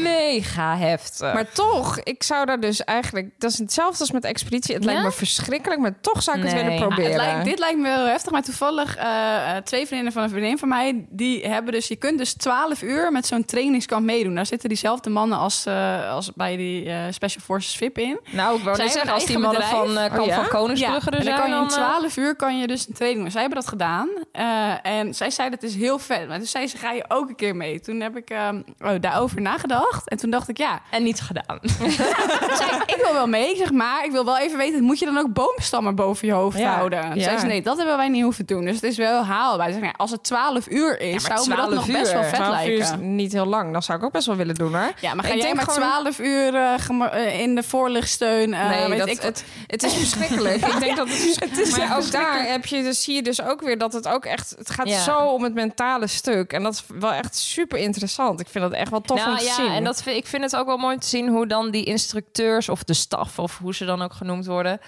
mega heftig. Maar toch, ik zou daar dus eigenlijk... Dat is hetzelfde als met expeditie. Het lijkt Ja? me verschrikkelijk, maar toch zou ik Nee. het willen Maar het Ja, proberen. het lijkt, dit lijkt me heel heftig, maar toevallig eh, eh, twee vriendinnen van een vriendin van mij, die hebben dus, je kunt dus 12 uur met zo'n trainingskamp meedoen. Daar zitten diezelfde mannen als, eh, als bij die eh, Special Forces VIP in. nou, ik wou Zij net zeggen, hebben als die een mannen eigen van eh bedrijf. Kamp Oh, ja? van Koningsbrugge er en dan zijn, kan je in dan, eh, 12 uur kan je dus een training doen. Zij hebben dat gedaan eh, en zij zei dat is heel vet. Maar toen zei ze, ga je ook een keer mee? Toen heb ik ehm, oh, daarover nagedacht en toen dacht ik, ja, en niet gedaan. zei [LAUGHS] ik, ik wil wel mee, ik zeg maar. Ik wil wel even weten, moet je dan ook boomstammen boven je hoofd Ja, houden? Toen ja. zei ze, nee, dat hebben wij niet hoeven doen. Dus het is wel haalbaar. Ze zei, nou, als het 12 uur is, zou me dat nog best wel vet 12 uur is lijken. niet heel lang. Dat zou ik ook best wel willen doen, hoor. Ja, maar Ik ga jij denk maar gewoon- 12 uur eh, gema- eh, in de voorlichtsteun? eh, nee, weet dat, ik, het, het [LAUGHS] is verschrikkelijk. ik denk dat het, is Maar ook daar heb je, dus, zie je dus ook weer dat het ook echt... Het gaat Ja. zo om het mentale stuk. En dat is wel echt super interessant. Ik vind dat echt wel tof om nou te ja, zien. en dat, vind- ik vind het ook wel mooi te zien hoe dan die instructeurs of de staf of hoe ze dan ook genoemd worden,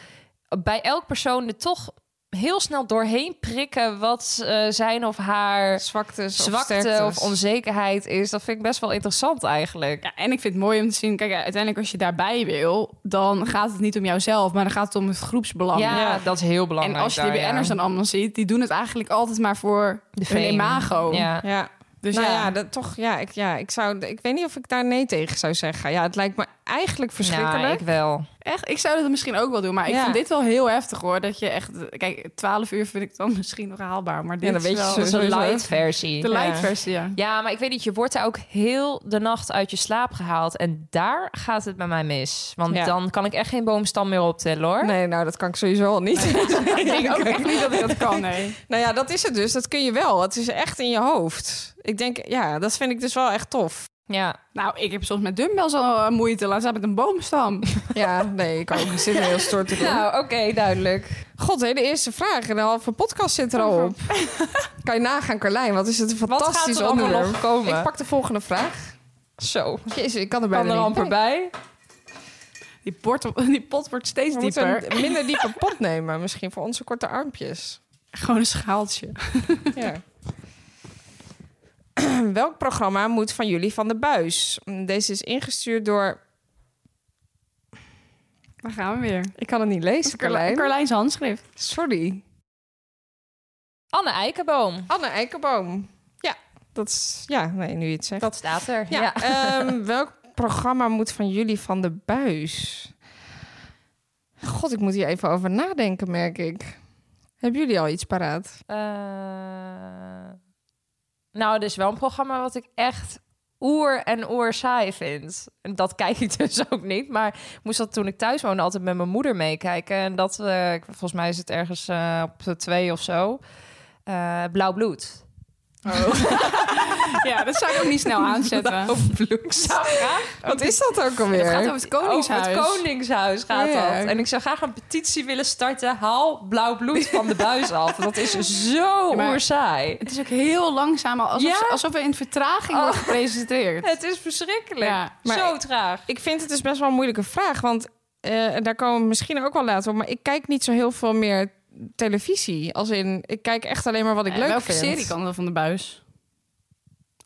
bij elk persoon er toch heel snel doorheen prikken wat eh, zijn of haar Zwaktes of zwakte sterktes. of onzekerheid is. Dat vind ik best wel interessant eigenlijk. ja, en ik vind het mooi om te zien, kijk, ja, uiteindelijk als je daarbij wil, dan gaat het niet om jouzelf, maar dan gaat het om het groepsbelang. Ja, dat is heel En Oh belangrijk. als je die daar, ja. BN'ers dan allemaal ziet, die doen het eigenlijk altijd maar voor De hun fame. imago. Ja. Ja. Dus nou ja, ja. dat, toch, ja ik, ja, ik zou... Ik weet niet of ik daar nee tegen zou zeggen. Ja, het lijkt me eigenlijk verschrikkelijk. Nou, ik wel. Echt, ik zou dat misschien ook wel doen, maar ik Ja. vond dit wel heel heftig hoor. Dat je echt, kijk, 12 uur vind ik dan [LAUGHS] misschien nog haalbaar, maar dit dan weet is je wel zo- Dat is een sowieso. light versie. de Ja. light versie. Ja. Ja, maar ik weet niet, je wordt daar ook heel de nacht uit je slaap gehaald. En daar gaat het bij mij mis. Want Ja. dan kan ik echt geen boomstam meer optellen hoor. Nee, nou, dat kan ik sowieso al niet. [LAUGHS] [LAUGHS] Ik denk ook echt niet dat ik dat kan. Nee. Nou ja, dat is het dus. Dat kun je wel. Het is echt in je hoofd. Ik denk, ja, dat vind ik dus wel echt tof. Ja. Nou, ik heb soms met dumbbells al eh, moeite. Laat staan met een boomstam. Ja, nee, ik ook. Ik zit er heel stort te doen. Nou, oké, duidelijk. God, hé, de eerste vraag. En de halve podcast zit er al op. kan je nagaan, Carlijn? Wat is het een Wat gaat fantastisch er allemaal onderwerp. nog komen? Ik pak de volgende vraag. Zo, Jezus, ik kan er bijna kan er niet amper bij. Die, port, die pot wordt steeds We moeten dieper. een minder diepe pot nemen. Misschien voor onze korte armpjes. Gewoon een schaaltje. Ja. Welk programma moet van jullie van de buis? Deze is ingestuurd door... Daar gaan we weer. Ik kan het niet lezen, Carlijn. Carlijn. Carlijn's handschrift. Sorry. Anne Eikenboom. Anne Eikenboom. Ja, dat is... Ja, nee, nu je het zegt. Dat staat er. Ja, Ja. ehm, welk programma moet van jullie van de buis? God, ik moet hier even over nadenken, merk ik. Hebben jullie al iets paraat? Eh, nou, er is wel een programma wat ik echt oer en oer saai vind. En dat [LAUGHS] kijk ik dus ook niet. Maar ik moest dat toen ik thuis woonde altijd met mijn moeder meekijken. En dat, eh, ik- volgens mij is het ergens eh, op de twee of zo. Eh, Blauw bloed. [LAUGHS] Ja, dat zou ik ook niet snel aanzetten. [LAUGHS] Wat is dat ook alweer? Het gaat over het Koningshuis. Over het Koningshuis Ja, gaat ja. dat. En ik zou graag een petitie willen starten. Haal blauw bloed van de buis [LAUGHS] af. Dat is zo Ja, maar- oerzaai. Het is ook heel langzaam, al, alsof, Ja? ze- alsof we in vertraging Oh. worden gepresenteerd. Het is verschrikkelijk. Ja, maar- zo traag. Ik vind het dus best wel een moeilijke vraag, want eh, en daar komen we misschien ook wel later op. Maar ik kijk niet zo heel veel meer televisie. Als in, ik kijk echt alleen maar wat ik En leuk welke vind. serie kan er van de buis?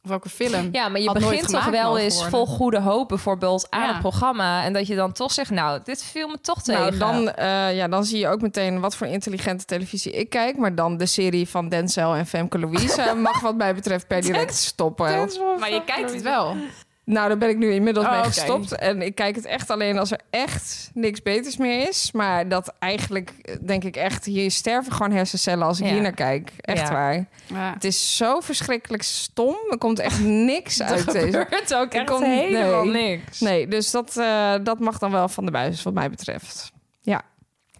Of welke film? Ja, maar je Had nooit begint toch gemaakt wel mogen eens worden. vol goede hoop bijvoorbeeld aan Ja. het programma. En dat je dan toch zegt, nou, dit viel me toch tegen. Nou, dan, eh, ja, dan zie je ook meteen wat voor intelligente televisie ik kijk. Maar dan de serie van Denzel en Femke Louise [LAUGHS] eh, mag wat mij betreft per direct stoppen. Maar je kijkt het [LAUGHS] wel. Nou, daar ben ik nu inmiddels Oh, mee oké. gestopt. En ik kijk het echt alleen als er echt niks beters meer is. Maar dat eigenlijk, eh, denk ik echt, hier sterven gewoon hersencellen als ik Ja. hier naar kijk. Echt Ja. waar. Het is zo verschrikkelijk stom. Er komt echt [LAUGHS] niks uit deze. gebeurt ook echt kon- helemaal niks. Nee, dus dat, eh, dat mag dan wel van de buis, wat mij betreft.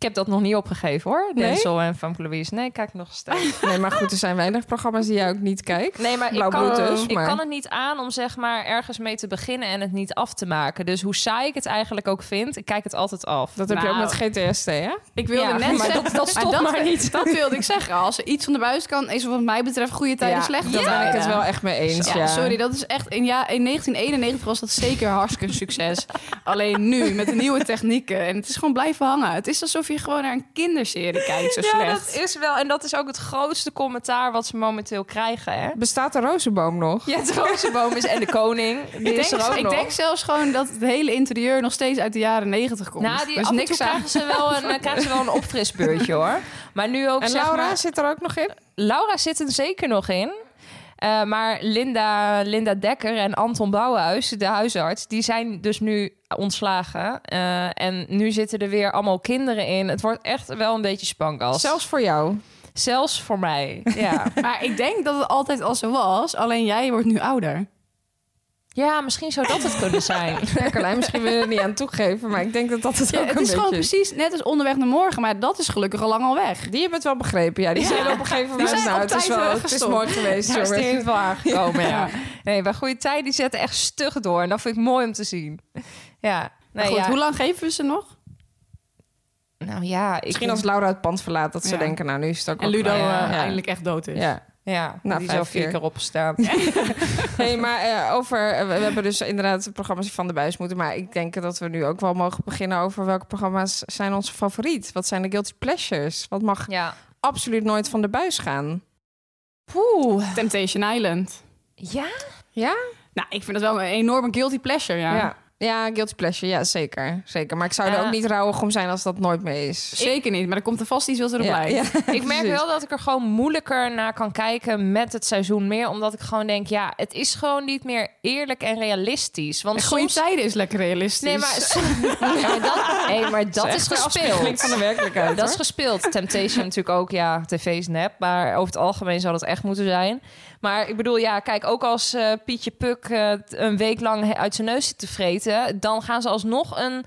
Ik heb dat nog niet opgegeven hoor. Nee? Denzel en Van Louise. Nee, ik kijk nog steeds. Nee, maar goed, er zijn weinig programma's die jij ook niet kijkt. [LAUGHS] Nee, maar ik Blauw kan, bloed dus, ik maar- kan het niet aan om zeg maar ergens mee te beginnen en het niet af te maken. Dus hoe saai ik het eigenlijk ook vind, ik kijk het altijd af. Dat heb je ook met Nou. GTST, hè? Ik wilde Ja, net maar zeggen, dat- dat stopt maar niet. Dat wilde ik zeggen. Als er iets van de buis kan, is er wat mij betreft goede tijden, ja, slechte Daar ben ik tijden. het wel echt mee eens, Ja, ja. sorry, dat is echt... In, ja, in 1991 was dat zeker hartstikke een [LAUGHS] succes. Alleen nu, met de nieuwe technieken. En het is gewoon blijven hangen. Het is alsof je gewoon naar een kinderserie kijkt, zo Ja, slecht. dat is wel. En dat is ook het grootste commentaar wat ze momenteel krijgen, hè? Bestaat de rozenboom nog? Ja, de rozenboom is en de koning. Die Ik is er denk, ook ik nog. denk zelfs gewoon dat het hele interieur nog steeds uit de jaren 90 komt. Nou, die Er is af en toe niks aan. krijgen ze, wel een, eh, krijgen ze [LAUGHS] wel een opfrisbeurtje hoor. Maar nu ook En zeg Laura maar- zit er ook nog in? Laura zit er zeker nog in. Eh, maar Linda, Linda Dekker en Anton Bouwenhuis, de huisarts, die zijn dus nu ontslagen. Eh, en nu zitten er weer allemaal kinderen in. Het wordt echt wel een beetje spankas. Zelfs voor jou. Zelfs voor mij. [LAUGHS] Ja. Maar ik denk dat het altijd al zo was. Alleen jij wordt nu ouder. ja, misschien zou dat het kunnen zijn. Ja, Carlijn, misschien wil je er niet aan toegeven, maar ik denk dat dat het ook het een is gewoon beetje precies net als onderweg naar morgen. Maar dat is gelukkig al lang al weg. Die hebben het wel begrepen, ja. Die Ja. zijn op een gegeven Die moment... zijn nou, op het is, tijd, wel, eh, het is gestopt. mooi geweest, Daar is jongens. hij wel [LAUGHS] aangekomen. Ja. Ja. Nee, bij goede tijd die zetten echt stug door. En dat vind ik mooi om te zien. Ja. Maar Nee, goed, ja. hoe lang geven we ze nog? Nou ja, ik Misschien als Laura het pand verlaat, dat ze Ja. denken, nou, nu is het ook En wel Ludo klaar. eh, ja. eindelijk echt dood is. Ja. Ja, Nou, die vijf zou vier keer. keer opstaan. Hey, maar eh, over, eh, [LAUGHS] we we hebben dus inderdaad programma's die van de buis moeten. Maar ik denk dat we nu ook wel mogen beginnen over welke programma's zijn onze favoriet. Wat zijn de guilty pleasures? Wat mag Ja. absoluut nooit van de buis gaan? Poeh. Temptation Island. Ja? [LAUGHS] Nou, ik vind dat wel een enorme guilty pleasure, ja. Ja, Eh. ja guilty pleasure, ja zeker. zeker. Maar ik zou er Ja. ook niet rouwig om zijn als dat nooit meer is. Zeker niet, maar er komt er vast iets wat erop Ja, lijkt. ja, Ik merk precies. wel dat ik er gewoon moeilijker naar kan kijken met het seizoen meer. Omdat ik gewoon denk, ja, het is gewoon niet meer eerlijk en realistisch. Want En goede soms... tijden is lekker realistisch. Nee, maar, [LAUGHS] Ja, maar dat, hey, maar dat is gespeeld. van de werkelijkheid. Dat is gespeeld. [LAUGHS] Temptation natuurlijk ook, ja, tv is nep. Maar over het algemeen zou dat echt moeten zijn. Maar ik bedoel, ja, kijk, ook als eh, Pietje Puk eh, t- een week lang he- uit zijn neus zit te vreten... dan gaan ze alsnog een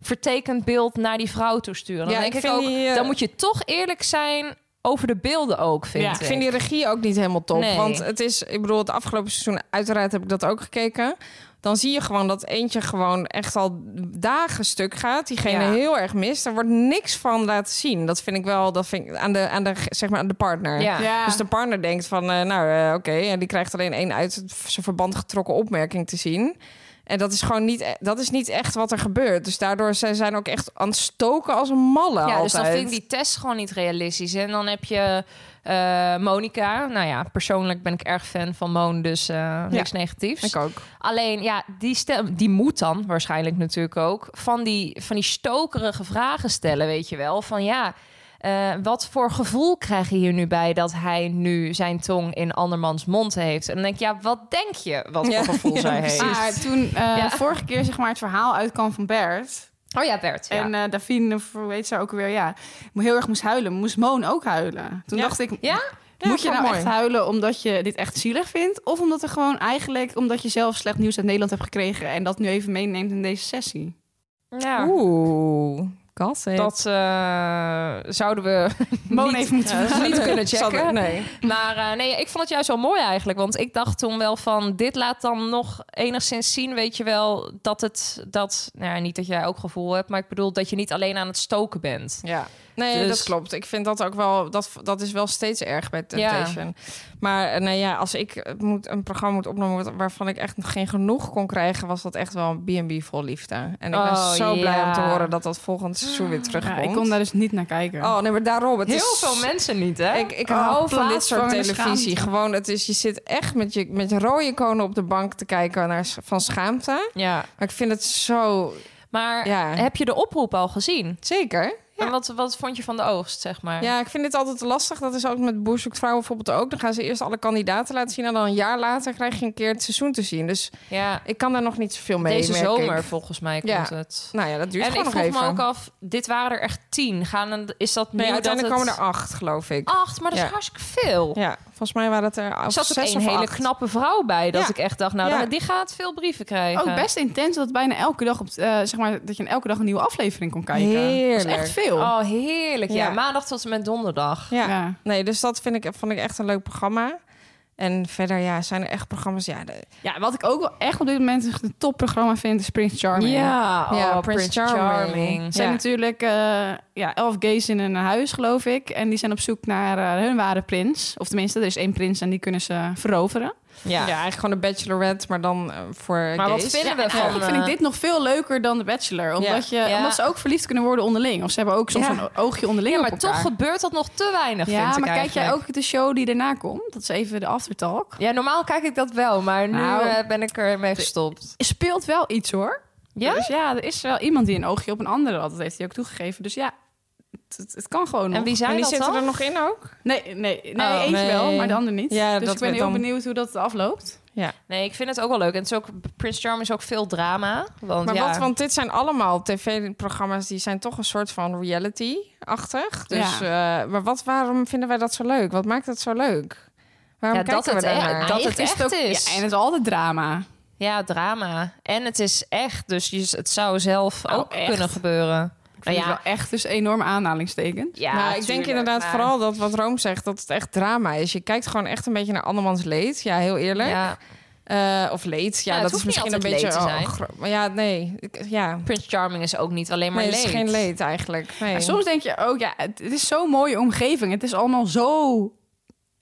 vertekend beeld naar die vrouw toesturen. Dan Ja, denk ik ik, vind ook, die, eh, dan moet je toch eerlijk zijn... over de beelden ook, vind Ja. ik. Ik vind die regie ook niet helemaal top. Nee. Want het is, ik bedoel, het afgelopen seizoen, uiteraard heb ik dat ook gekeken. Dan zie je gewoon dat eentje gewoon echt al dagen stuk gaat. Diegene Ja. heel erg mist. Er wordt niks van laten zien. Dat vind ik wel, dat vind ik aan de, aan de, zeg maar aan de partner. Ja. Ja. Dus de partner denkt van, eh, nou eh, oké, en die krijgt alleen één uit het- zijn verband getrokken opmerking te zien. En dat is gewoon niet, e- dat is niet echt wat er gebeurt. Dus daardoor zijn zij ook echt aan het stoken als een malle Ja, altijd. dus dan vind ik die test gewoon niet realistisch. En dan heb je eh Monica. Nou ja, persoonlijk ben ik erg fan van Moon, dus eh, niks negatiefs. Ik ook. Alleen, ja, die, stem, die moet dan waarschijnlijk natuurlijk ook van die, van die stokerige vragen stellen, weet je wel. Van ja, eh, wat voor gevoel krijg je hier nu bij dat hij nu zijn tong in andermans mond heeft? En dan denk ik, ja, wat denk je wat voor Ja, gevoel ja, zij heeft? Maar toen eh, Ja. vorige keer zeg maar, het verhaal uitkwam van Bert... Oh ja, Bert. Ja. en eh Davine, of hoe heet ze ook weer, ja... mo- heel erg moest huilen, moest Moon ook huilen. Toen Ja. dacht ik, Ja? moet je vond ik nou mooi. echt huilen omdat je dit echt zielig vindt? Of omdat, er gewoon eigenlijk, omdat je zelf slecht nieuws uit Nederland hebt gekregen... en dat nu even meeneemt in deze sessie? Ja. Oeh, gossip. Dat eh, zouden we Moon niet- heeft [LAUGHS] moeten eh, niet kunnen checken. Zal- nee. Maar eh, nee, ik vond het juist wel mooi eigenlijk. Want ik dacht toen wel van, dit laat dan nog enigszins zien, weet je wel, dat het, dat, nou ja, niet dat jij ook gevoel hebt, maar ik bedoel dat je niet alleen aan het stoken bent. Ja. Nee, Dus- dat klopt. Ik vind dat ook wel, dat, dat is wel steeds erg bij Temptation. Maar eh, nou ja, als ik eh, moet, een programma moet opnemen wat- waarvan ik echt geen genoeg kon krijgen, was dat echt wel een B&B vol liefde. En ik Oh, ben zo blij om te ja. horen dat dat volgend seizoen weer terugkomt. Ja, ik kon daar dus niet naar kijken. Oh nee, maar daarom. Het Heel is... veel mensen niet, hè? Ik, ik Oh, hou van dit soort plaatsvangende televisie. schaamte. Gewoon, het is, je zit echt met je met je rode konen op de bank te kijken naar, s- van schaamte. ja. Maar ik vind het zo... Maar Ja. heb je de oproep al gezien? Zeker. En wat, wat vond je van de oogst, zeg maar? Ja, ik vind dit altijd lastig. Dat is ook met Boer zoekt vrouw bijvoorbeeld ook. Dan gaan ze eerst alle kandidaten laten zien. En dan een jaar later krijg je een keer het seizoen te zien. Dus Ja. ik kan daar nog niet zoveel mee. Deze merk ik. zomer volgens mij komt Ja. het. Nou ja, dat duurt En ik gewoon vroeg nog even. me ook af, dit waren er echt tien. Gaan, er- is dat nu nee, dat uiteindelijk het... komen er acht, geloof ik. acht, maar dat is Ja. hartstikke veel. Ja, volgens mij waren dat er Er of zat ook zes een of hele acht. knappe vrouw bij. Dat Ja. ik echt dacht, nou, Ja. die gaat veel brieven krijgen. Ook best intens dat bijna elke dag op eh, zeg maar dat je elke dag een nieuwe aflevering kon kijken. Dat is Heerlijk. echt veel. Oh, heerlijk. Ja. Ja. maandag tot en met donderdag. Ja. Ja. Nee, dus dat vind ik, vond ik echt een leuk programma. En verder, ja, zijn er echt programma's... Ja, de- Ja, wat ik ook wel echt op dit moment echt een topprogramma vind is Prince Charming. Ja, Ja, oh, Prince Prince Charming. Charming. Er zijn Ja. natuurlijk eh, ja, elf gays in een huis, geloof ik. En die zijn op zoek naar eh, hun ware prins. Of tenminste, er is één prins en die kunnen ze veroveren. Ja. ja. eigenlijk gewoon de Bachelorette, maar dan eh, voor Maar wat gays. vinden we van... Eigenlijk vind ik eh, dit nog veel leuker dan The Bachelor. Omdat, je, Ja. omdat ze ook verliefd kunnen worden onderling. Of ze hebben ook soms Ja. een oogje onderling Ja, op maar toch elkaar. gebeurt dat nog te weinig, ja, vind ik maar kijk jij eigenlijk. ook de show die daarna komt? Dat is even de aftertalk. Ja, normaal kijk ik dat wel, maar nu Nou. eh, ben ik ermee gestopt. Speelt wel iets hoor. Ja? Dus ja, er is wel iemand die een oogje op een andere had. Dat heeft hij ook toegegeven. Dus ja, het, het- het kan gewoon nog. En wie En zijn die dat zitten dan? er nog in ook? Nee, nee, nee Oh, eentje nee. wel, maar de ander niet. Ja, dus dat ik ben we heel dan- benieuwd hoe dat afloopt. Nee, ik vind het ook wel leuk. En het is ook, Prince Charming is ook veel drama. Want, Maar ja, wat, want dit zijn allemaal tv-programma's die zijn toch een soort van reality-achtig. Dus, eh, maar wat, waarom vinden wij dat zo leuk? Wat maakt het zo leuk? Waarom Ja, dat kijken we het e- daarnaar? dat- het echt is. Ja, en het is altijd drama. ja, drama. En het is echt, dus je, het zou zelf Nou, ook echt. kunnen gebeuren. Ik Nou vind ja, het wel echt dus enorme aanhalingstekens. ja, nou, ik denk tuurlijk, inderdaad maar- vooral dat wat Room zegt, dat het echt drama is. Je kijkt gewoon echt een beetje naar andermans leed. Ja, heel eerlijk. Ja, Eh, of leed. Ja, Ja, het dat hoeft is niet misschien een altijd beetje. leed te zijn. oh, gro- maar ja, nee. Ik- ja. Prince Charming is ook niet alleen maar nee, leed. het is geen leed eigenlijk. Nee. En soms denk je ook, ja, het, het is zo'n mooie omgeving. Het is allemaal zo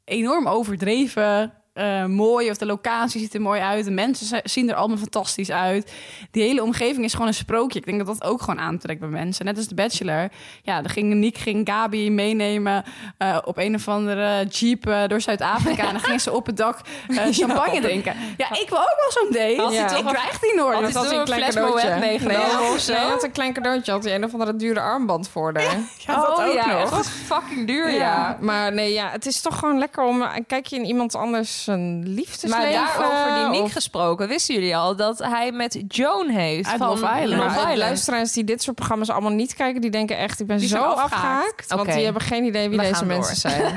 enorm overdreven. eh, mooi, of de locatie ziet er mooi uit. De mensen zi- zien er allemaal fantastisch uit. Die hele omgeving is gewoon een sprookje. Ik denk dat dat ook gewoon aantrekt bij mensen. Net als de Bachelor. Ja, dan ging Niek, ging Gabi meenemen eh, op een of andere jeep eh, door Zuid-Afrika. En dan gingen ze op het dak [LAUGHS] eh, champagne drinken. Ja, ik wil ook wel zo'n date. Had hij ja. toch Ik een- krijg die nooit. had hij Dat toch een fles Moët meegenomen Nee, of zo? nee, hij had een klein cadeautje. Had hij een of andere dure armband voor daar. had dat ook Oh ja, nog. het was fucking duur, ja. Maar nee, ja, het is toch gewoon lekker om... Kijk je in iemand anders zijn liefdesleven. Maar daarover die Nick of- gesproken, wisten jullie al dat hij met Joan heeft Uit van Love Island. Love Maar Maar Island. luisteraars die dit soort programma's allemaal niet kijken, die denken echt, ik ben Die zo zijn afgehaakt. afgehaakt. Want Oké. die hebben geen idee wie We deze gaan mensen door. zijn. [LAUGHS]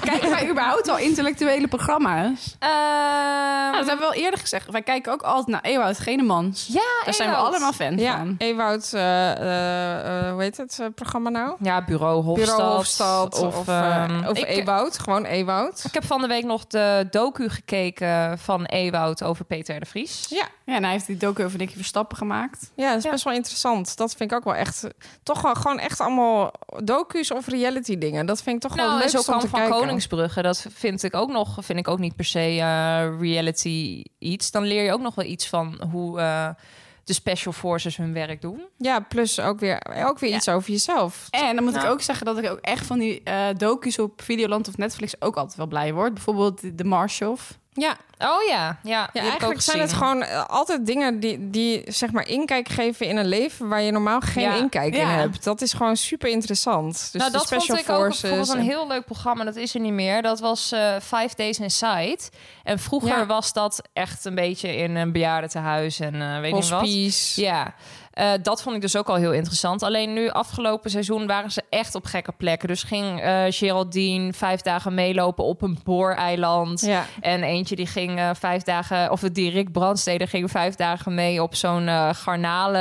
Kijken wij überhaupt al intellectuele programma's? Ehm, Nou, Eh, dat hebben we al eerder gezegd. Wij kijken ook altijd naar Ewout Genemans. ja, Daar zijn we Ewout. allemaal fan ja, van. Ewoud, eh, eh, eh, hoe heet het eh, programma nou? Ja, bureau Hofstad. Bureau Hofstad Of, of, of, ehm, of E- ik- Ewoud, gewoon Ewoud. Ik heb van de week nog de docu gekeken van Ewout over Peter R. de Vries. Ja, Ja, en hij heeft die docu over Nicky Verstappen gemaakt. ja, dat is best wel interessant. Dat vind ik ook wel echt, eh, toch wel gewoon echt allemaal docu's of reality dingen. Dat vind ik toch wel Nou, leuk en zo om kan te van kijken. Koningsbrugge. Dat vind ik ook nog, vind ik ook niet per se eh, reality iets. Dan leer je ook nog wel iets van hoe eh, de special forces hun werk doen. Ja, plus ook weer, ook weer Ja. iets over jezelf. En dan moet ik Nou. ook zeggen dat ik ook echt van die eh docu's op Videoland of Netflix ook altijd wel blij word. Bijvoorbeeld The Marshoff. Ja, Oh ja, ja. Ja, eigenlijk zijn het gewoon eh, altijd dingen die, die zeg maar inkijk geven in een leven waar je normaal geen Ja. inkijk in Ja. hebt. Dat is gewoon super interessant. Dus nou, de dat vond special ik ook forces. bijvoorbeeld een heel leuk programma. Dat is er niet meer. Dat was eh Five Days Inside. En vroeger Ja. was dat echt een beetje in een bejaardentehuis en eh, weet en niet wat. hospice. Ja, eh, dat vond ik dus ook al heel interessant. Alleen nu, afgelopen seizoen, waren ze echt op gekke plekken. Dus ging eh, Geraldine vijf dagen meelopen op een booreiland. Ja. En eentje die ging eh, vijf dagen, of die Rick Brandstede ging vijf dagen mee op zo'n eh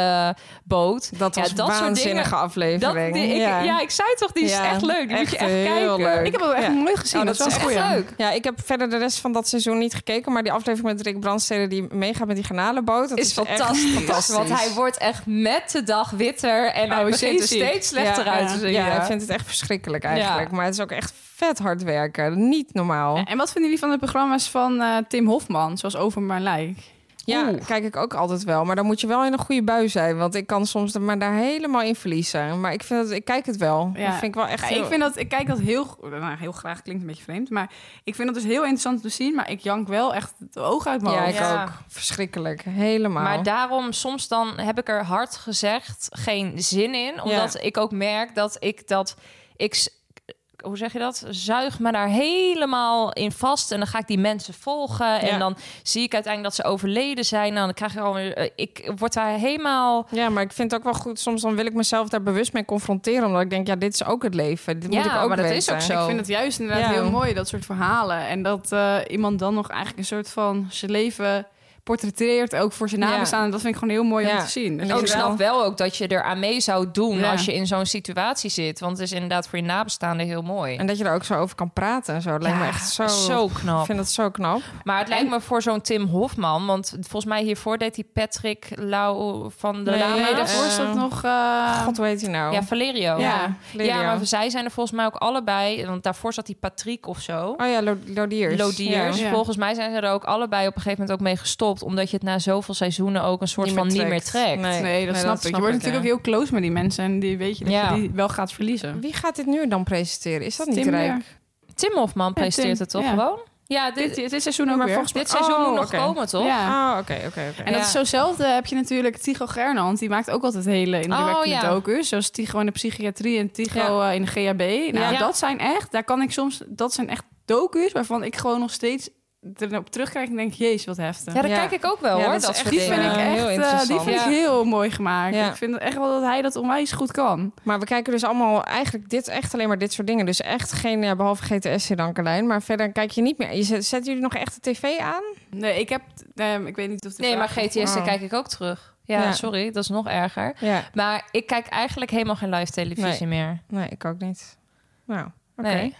garnalenboot. Dat was ja, een dat soort waanzinnige dingen. Dat, aflevering. die- ik, ja. ik zei toch, die is Ja, echt leuk. Die moet je echt echt heel kijken. leuk. Ik heb hem echt Ja. nooit gezien. Oh, dat, is wel echt goed. leuk. Ja, ik heb verder de rest van dat seizoen niet gekeken. Maar die aflevering met Rick Brandstede die meegaat met die garnalenboot. Dat is, Is echt fantastisch, fantastisch. want hij wordt echt met de dag witter en hij begint er zeeziek. steeds slechter Ja, uit ja. te zien. Ja, hij vindt het echt verschrikkelijk eigenlijk. Ja. Maar het is ook echt vet hard werken. Niet normaal. En wat vinden jullie van de programma's van eh, Tim Hofman, zoals Over Mijn Lijk? Ja, kijk ik ook altijd wel. Maar dan moet je wel in een goede bui zijn. Want ik kan soms er maar daar helemaal in verliezen. Maar ik, vind dat, ik kijk het wel. Ja. Dat vind ik wel echt Ja, heel- ik, vind dat, ik kijk dat heel, g- nou, heel graag, klinkt een beetje vreemd, maar ik vind dat dus heel interessant om te zien. Maar ik jank wel echt de ogen uit mijn Ja, ogen. ik Ja. ook. Verschrikkelijk. Helemaal. Maar daarom, soms dan heb ik er hard gezegd geen zin in. Omdat ik ook merk dat ik dat... Ik, s- hoe zeg je dat? Zuig me daar helemaal in vast. En dan ga ik die mensen volgen. En Ja. dan zie ik uiteindelijk dat ze overleden zijn. En dan krijg je gewoon... weer- eh, Ik word daar helemaal... Ja, maar ik vind het ook wel goed. Soms dan wil ik mezelf daar bewust mee confronteren. Omdat ik denk, ja, dit is ook het leven. Dit moet Ja, ik ook maar dat weten. is ook zo. Ik vind het juist inderdaad Ja. heel mooi, dat soort verhalen. En dat eh, iemand dan nog eigenlijk een soort van zijn leven portretteert, ook voor zijn Ja. nabestaanden. Dat vind ik gewoon heel mooi Ja. om te zien. En Dat Oh, je ik Ook wel- snap wel ook dat je er aan mee zou doen Ja. als je in zo'n situatie zit. Want het is inderdaad voor je nabestaanden heel mooi. En dat je er ook zo over kan praten en zo. Dat lijkt me Ja, echt zo... zo Ik knap. vind dat zo knap. Maar het lijkt me voor zo'n Tim Hofman, want volgens mij hiervoor deed hij Patrick Lau van de Nee, Lama. Nee, Ja. daarvoor is dat Eh, nog... eh, God, hoe heet hij nou? Ehm, Ja, Valerio. Ja, Valerio. Ja, maar zij zijn er volgens mij ook allebei, want daarvoor zat die Patrick of zo. Oh ja, Lo- Lodiers. Lodiers. Ja. Volgens mij zijn ze er ook allebei op een gegeven moment ook mee gestopt, omdat je het na zoveel seizoenen ook een soort Niet van meer niet meer trekt. trekt. Nee. Nee, dat nee, snap dat ik. snap je wordt ik, natuurlijk ja. ook heel close met die mensen en die weet je dat Ja. je die wel gaat verliezen. Wie gaat dit nu dan presenteren? Is dat niet Tim Rijk? weer. Tim Hofman presteert Tim, het toch ja. gewoon? Ja, Dit, oh, dit, dit seizoen ook maar weer. volgens- dit seizoen Oh, moet nog oké. komen, toch? Ja. Ah, oké, oké, oké. En dat Ja. is zo'nzelfde heb je natuurlijk Tigo Gernand. Die maakt ook altijd hele indrukwekkende Oh, ja. docu's. Zoals Tigo in de psychiatrie en Tigo eh, in de GHB. Nou, Ja. dat zijn echt... Daar kan ik soms... Dat zijn echt docu's waarvan ik gewoon nog steeds erop terugkijk en denk... Jezus, wat heftig. Ja, daar Ja. kijk ik ook wel Ja, hoor. dat is Dat echt- soort die dingen. vind ik eh, echt heel heel, die interessant. vind ik Ja. heel mooi gemaakt. Ja. Ik vind echt wel dat hij dat onwijs goed kan. Maar we kijken dus allemaal eigenlijk dit, echt alleen maar dit soort dingen. Dus echt geen, ja, behalve GTS dan Carlijn. Maar verder kijk je niet meer. Je zet, zetten jullie nog echt de tv aan? Nee, ik heb... ehm, ik weet niet of... de Nee, maar vraag- GTS, daar Oh. kijk ik ook terug. Ja, Ja. sorry, dat is nog erger. Ja. Maar ik kijk eigenlijk helemaal geen live televisie meer. Nee, ik ook niet. Nou, oké. Nee.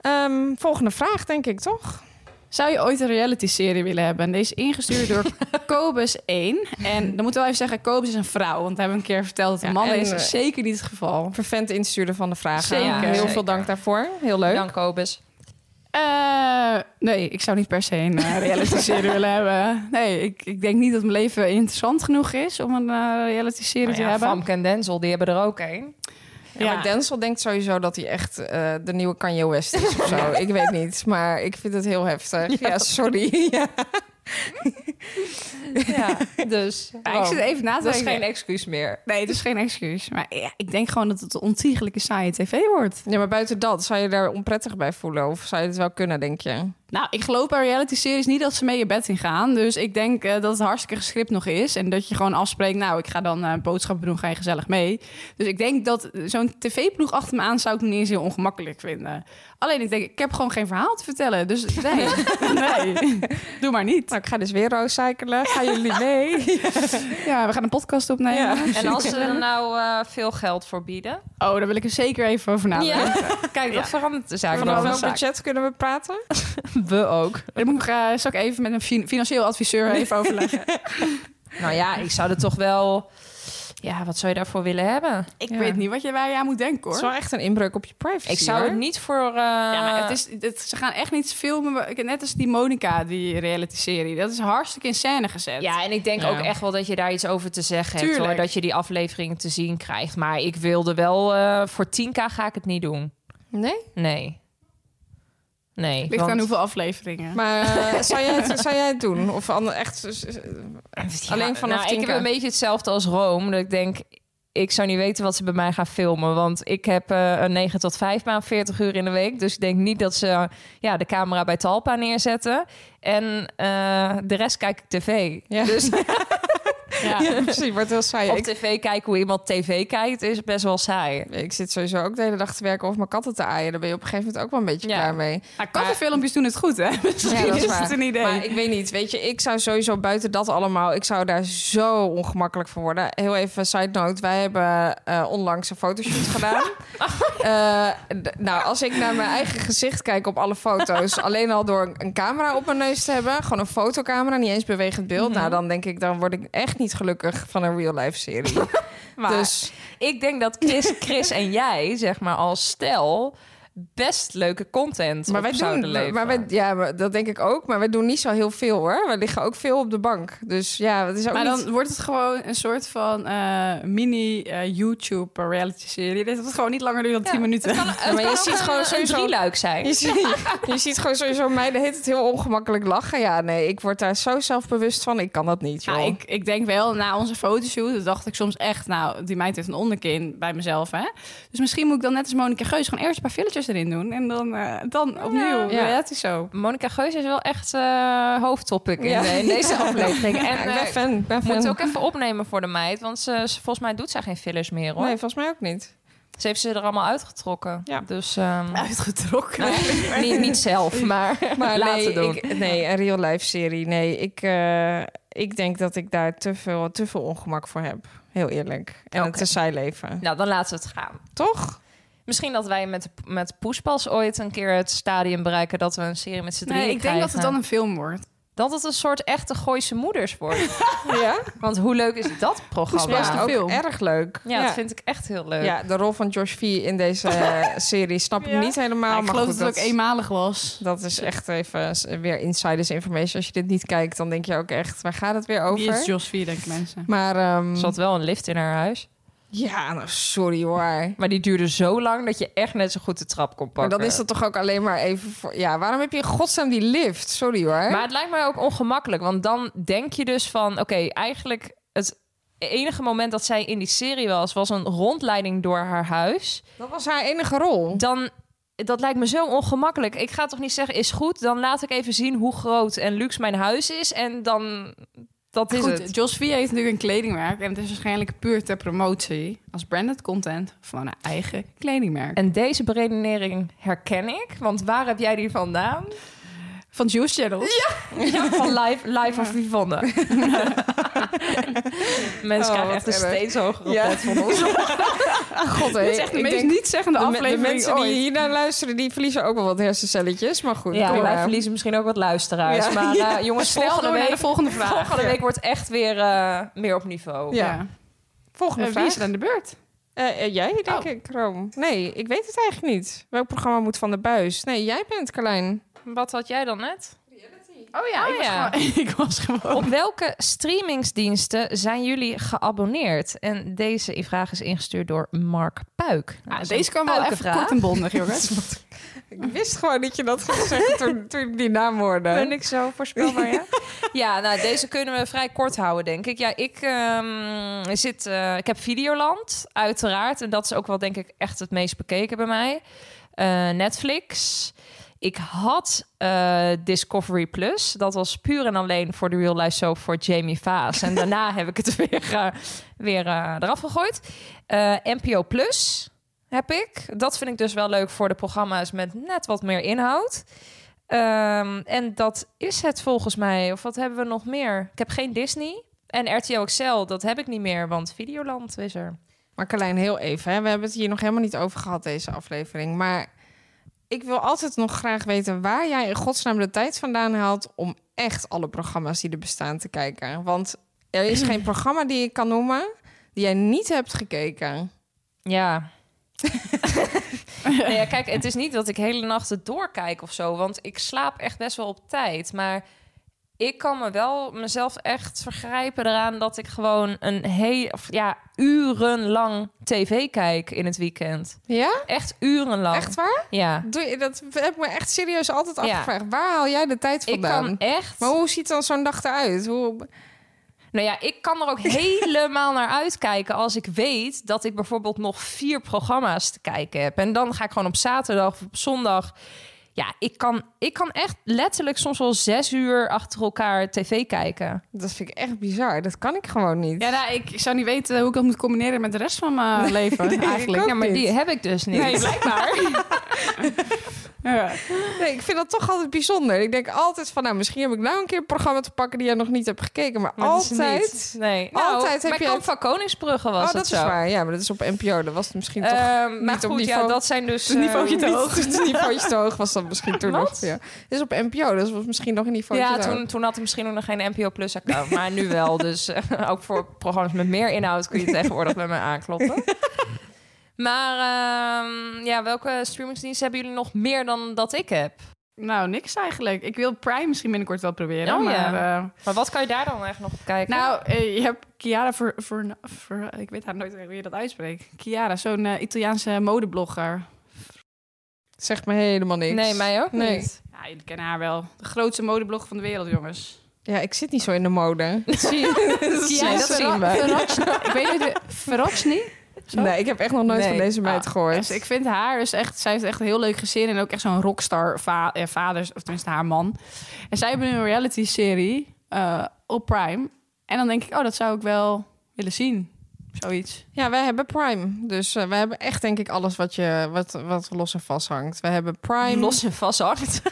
Ehm, volgende vraag, denk ik, toch? Zou je ooit een reality-serie willen hebben? Deze is ingestuurd [LAUGHS] door Kobus 1. En dan moeten we wel even zeggen, Kobus is een vrouw. Want we hebben een keer verteld dat het een Ja, man en, is. eh, Zeker niet het geval. Vervent insturen van de vragen. Zeker. Heel veel Zeker. dank daarvoor. Heel leuk. Jan Kobus. Eh, nee, ik zou niet per se een eh, reality-serie willen hebben. Nee, ik, ik denk niet dat mijn leven interessant genoeg is om een eh, reality-serie Nou te ja, hebben. Famke en Denzel, die hebben er ook een. Ja, maar Denzel denkt sowieso dat hij echt eh, de nieuwe Kanye West is [LAUGHS] of zo. ik weet niet, maar ik vind het heel heftig. Ja, sorry. [LAUGHS] ja. [LAUGHS] Ja, dus. Ja, ik zit even na te Dat is denken. geen excuus meer. Nee, het is geen excuus. Maar ja, ik denk gewoon dat het een ontiegelijke saaie tv wordt. ja, maar buiten dat, zou je daar onprettig bij voelen? Of zou je het wel kunnen, denk je? Nou, ik geloof bij reality-series niet dat ze mee je bed in gaan. Dus ik denk eh, dat het hartstikke gescript nog is. En dat je gewoon afspreekt, nou, ik ga dan eh boodschappen doen, ga je gezellig mee. Dus ik denk dat eh, zo'n tv-ploeg achter me aan zou ik niet eens heel ongemakkelijk vinden. Alleen ik denk, ik heb gewoon geen verhaal te vertellen. Dus [LAUGHS] nee, nee. doe maar niet. Nou, ik ga dus weer roadcyclen. Gaan jullie [LAUGHS] mee? Ja, we gaan een podcast opnemen. En als ze er nou eh, veel geld voor bieden. Oh, daar wil ik er zeker even over Nou, nadenken. [LAUGHS] Kijk, dat verandert de zaak. Over wel dan. een welk zaak. budget kunnen we praten? We ook. Dan moet ik, eh, zal ik even met een fin- financieel adviseur [LAUGHS] even overleggen. Nou ja, ik zou er toch wel... Ja, wat zou je daarvoor willen hebben? Ik Ja. weet niet wat je, waar je aan moet denken, Het is hoor. wel echt een inbreuk op je privacy. Ik zou hoor. het niet voor... eh, Ja, maar het is, het, ze gaan echt niet filmen. Ik- Net als die Monica die reality-serie. Dat is hartstikke in scène gezet. Ja, en ik denk Ja. ook echt wel dat je daar iets over te zeggen hebt. Tuurlijk. Hoor, dat je die aflevering te zien krijgt. Maar ik wilde wel... eh, voor 10k ga ik het niet doen. Nee? Nee. Nee. Ligt want- aan hoeveel afleveringen. Maar [LAUGHS] eh, zou, jij het, zou jij het doen? Of ander- echt... dus, eh, Ja, Alleen vanaf nou, Ik 10K. heb een beetje hetzelfde als Rome. Dat ik denk, ik zou niet weten wat ze bij mij gaan filmen. Want ik heb eh, een 9 tot 5 baan, 40 uur in de week. Dus ik denk niet dat ze eh, ja, de camera bij Talpa neerzetten. En eh, de rest kijk ik tv. Ja. Dus Ja. [LAUGHS] ja, precies. Wordt heel saai. op Ik, tv kijken hoe iemand tv kijkt is best wel saai. ik zit sowieso ook de hele dag te werken of mijn katten te aaien. Daar ben je op een gegeven moment ook wel een beetje Ja. klaar [LAUGHS] mee. Maar kattenfilmpjes doen het goed, hè? [LAUGHS] Misschien Ja, dat is, is waar. het een idee. Maar ik weet niet, weet je, ik zou sowieso buiten dat allemaal, ik zou daar zo ongemakkelijk van worden. Heel even side note, wij hebben eh, onlangs een [LAUGHS] fotoshoot gedaan. Eh, d- nou, als ik naar mijn eigen gezicht kijk op alle [LAUGHS] foto's, alleen al door een camera op mijn neus te hebben, gewoon een fotocamera, niet eens bewegend beeld, Mhm. nou dan denk ik, dan word ik echt niet gelukkig van een real life [LAUGHS] serie. Maar Dus ik denk dat Chris, Chris en jij, zeg maar als stel, best leuke content maar op wij zouden doen, leveren. maar wij, ja, maar dat denk ik ook, maar wij doen niet zo heel veel hoor. Wij liggen ook veel op de bank, dus ja, dat is ook Maar niet... dan wordt het gewoon een soort van eh, mini eh, YouTube reality serie. Dat het gewoon niet langer duurt dan 10 minuten. Ja, maar je ziet gewoon een sowieso drieluik [LAUGHS] zijn. Je ziet, je ziet gewoon sowieso mij de hele tijd heel ongemakkelijk lachen. Ja, nee, ik word daar zo zelfbewust van. Ik kan dat niet, joh. [LAUGHS] Ja, ik, ik denk wel, na onze fotoshoot dat dacht ik soms echt, nou, die meid heeft een onderkin bij mezelf, hè. Dus misschien moet ik dan net als Monica Geus gewoon eerst een paar filletjes erin doen. En dan, eh, dan opnieuw. Ja. dat is zo. Monica Geus is wel echt eh, hoofdtopic in, Ja. de- in deze aflevering. En Ja, ik ben eh, fan. ik ben moet fan. het ook even opnemen voor de meid, want ze, ze- volgens mij doet zij geen fillers meer hoor. Nee, volgens mij ook niet. Ze heeft ze er allemaal uitgetrokken. Ja. Dus ehm, Uitgetrokken. nou, niet, niet zelf, maar, Maar laten nee, doen. Ik, nee, een real life serie. Nee, ik, eh, ik denk dat ik daar te veel, te veel ongemak voor heb. Heel eerlijk. En het Oké. te saai leven. Nou, dan laten we het gaan. Toch? Misschien dat wij met, met Poespas ooit een keer het stadium bereiken dat we een serie met z'n drieën Nee, ik denk dat het dan krijgen. een film wordt. dat het een soort echte Gooise moeders wordt. Ja? Want hoe leuk is dat programma? Poespas de ja, ook film. erg leuk. Ja, dat vind ik echt heel leuk. Ja, de rol van Josh V in deze eh, serie snap ik Ja. niet helemaal. Ja, ik maar geloof goed, dat het ook is- eenmalig was. Dat is echt even s- weer insiders information. Als je dit niet kijkt, dan denk je ook echt, waar gaat het weer Wie is over? Jos 4, denken mensen. Maar ehm, Ze had wel een lift in haar huis. ja, nou, sorry hoor. Maar die duurde zo lang dat je echt net zo goed de trap kon Maar pakken. dan is dat toch ook alleen maar even voor... Ja, waarom heb je in godsnaam die lift? Sorry hoor. Maar het lijkt mij ook ongemakkelijk. Want dan denk je dus van... Oké, eigenlijk het enige moment dat zij in die serie was... was een rondleiding door haar huis. Dat was haar enige rol. Dan... Dat lijkt me zo ongemakkelijk. Ik ga toch niet zeggen, is goed. Dan laat ik even zien hoe groot en luxe mijn huis is. En dan... Dat is Goed, het. Jos 4 heeft natuurlijk een kledingmerk. En het is waarschijnlijk puur ter promotie. Als branded content van haar eigen kledingmerk. En deze beredenering herken ik. Want waar heb jij die vandaan? Van Juice Channel. Ja, [LAUGHS] van Live, live of Vivonde. [LAUGHS] Mensen Oh, krijgen echt wat een erg. steeds hogere Ja. pot van ons. God, Dat hé, is echt de ik meest denk nietzeggende de, me- de aflevering mensen die ooit. hiernaar luisteren, die verliezen ook wel wat hersencelletjes. Maar goed, Ja, kom wij maar. verliezen misschien ook wat luisteraars. Ja. Maar eh, jongens, Snel volgende door naar de week, Oh, volgende vraag. volgende week wordt echt weer eh, meer op niveau. Ja. Eh, Volgende wie is vraag. er aan de beurt? Eh, eh, jij, denk Oh. ik, Room. Nee, ik weet het eigenlijk niet. Welk programma moet van de buis? Nee, jij bent, Carlijn. Wat had jij dan net? Oh ja, ik, ik was Was gewoon, [LAUGHS] Op welke streamingsdiensten zijn jullie geabonneerd? En deze vraag is ingestuurd door Mark Puik. Nou, dat is een Ah, deze kwam wel even puikenvraag. kort en bondig, jongens. Ik wist gewoon dat je dat ging zeggen [LAUGHS] toen, toen ik die naam hoorde. Ben ik zo voorspelbaar, ja? [LAUGHS] ja, nou, deze kunnen we vrij kort houden, denk ik. Ja, ik, ehm, zit, eh, ik heb Videoland, uiteraard. En dat is ook wel, denk ik, echt het meest bekeken bij mij. Eh, Netflix. Ik had eh, Discovery Plus. Dat was puur en alleen voor de Real Life Soap voor Jamie Vaas. En [LAUGHS] daarna heb ik het weer, eh, weer eh, eraf gegooid. Eh, NPO Plus heb ik. Dat vind ik dus wel leuk voor de programma's met net wat meer inhoud. Ehm, en dat is het volgens mij. Of wat hebben we nog meer? Ik heb geen Disney. En RTL XL, dat heb ik niet meer, want Videoland is er. Maar Carlijn, heel even. Hè? We hebben het hier nog helemaal niet over gehad, deze aflevering. Maar ik wil altijd nog graag weten waar jij in godsnaam de tijd vandaan haalt... om echt alle programma's die er bestaan te kijken. Want er is [CLEARS THROAT] geen programma die ik kan noemen die jij niet hebt gekeken. [LAUGHS] Ja. nee, Nou ja, kijk, het is niet dat ik hele nachten doorkijk of zo, want ik slaap echt best wel op tijd. Maar ik kan me wel mezelf echt vergrijpen eraan dat ik gewoon een heel, of ja, urenlang tv kijk in het weekend. Ja? Echt urenlang. Echt waar? Ja. Doe je, dat heb ik me echt serieus altijd Ja. afgevraagd. Waar haal jij de tijd Ik vandaan? kan echt. Maar hoe ziet dan zo'n dag eruit? Hoe... Nou ja, ik kan er [LAUGHS] ook helemaal naar uitkijken als ik weet dat ik bijvoorbeeld nog vier programma's te kijken heb. En dan ga ik gewoon op zaterdag of op zondag. Ja, ik kan, ik kan echt letterlijk soms wel zes uur achter elkaar tv kijken. Dat vind ik echt bizar. Dat kan ik gewoon niet. Ja, nou, ik, ik zou niet weten hoe ik dat moet combineren met de rest van mijn leven eigenlijk. ook Ja, maar niet. Die heb ik dus niet. Nee, blijkbaar. [LAUGHS] ja. Nee, ik vind dat toch altijd bijzonder. Ik denk altijd van, nou, misschien heb ik nou een keer een programma te pakken die jij nog niet hebt gekeken. Maar, [LAUGHS] Maar dat is altijd. niet- Nee. Nou, Altijd heb bij je Kamp het- van Koningsbrugge was oh, dat dat zo. is waar. Ja, maar dat is op NPO. Dat was het misschien toch. Ehm, maar niet op goed, ja, niveau- dat zijn dus... Het niveautje ehm, te hoog. [LAUGHS] Het niveautje te hoog was dat misschien toen nog. Ja. Dat is op NPO. Dat was misschien nog een niveautje Ja, te hoog. toen, toen had ik misschien nog geen NPO Plus account, maar nu [LAUGHS] wel. Dus eh, ook voor programma's met meer inhoud kun je tegenwoordig bij mij [LAUGHS] aankloppen. Maar ehm, ja, welke streamingsdiensten hebben jullie nog meer dan dat ik heb? Nou, niks eigenlijk. Ik wil Prime misschien binnenkort wel proberen. Oh, maar, ja. eh, Maar wat kan je daar dan echt nog op kijken? nou, eh, je hebt Chiara voor, voor, voor- Ik weet haar nooit echt hoe je dat uitspreekt. Chiara, zo'n eh, Italiaanse modeblogger. Zegt me helemaal niks. nee, mij ook Nee. niet. Ja, jullie kennen haar wel. De grootste modeblogger van de wereld, jongens. Ja, ik zit niet zo in de [LAUGHS] mode. Zie je? Ja, dat zien we. [LAUGHS] Ik weet niet, de- Verrocni? Zo? Nee, ik heb echt nog nooit Nee. van deze meid Ah, gehoord. Dus ik vind haar dus echt, zij heeft echt een heel leuk gezin en ook echt zo'n rockstar va eh, vader, of tenminste haar man. En zij hebben een reality serie eh, op Prime. En dan denk ik, oh, dat zou ik wel willen zien. Zoiets. Ja, wij hebben Prime. Dus eh, wij hebben echt, denk ik, alles wat, je, wat, wat los en vast hangt. Wij hebben Prime. Los en vast hard.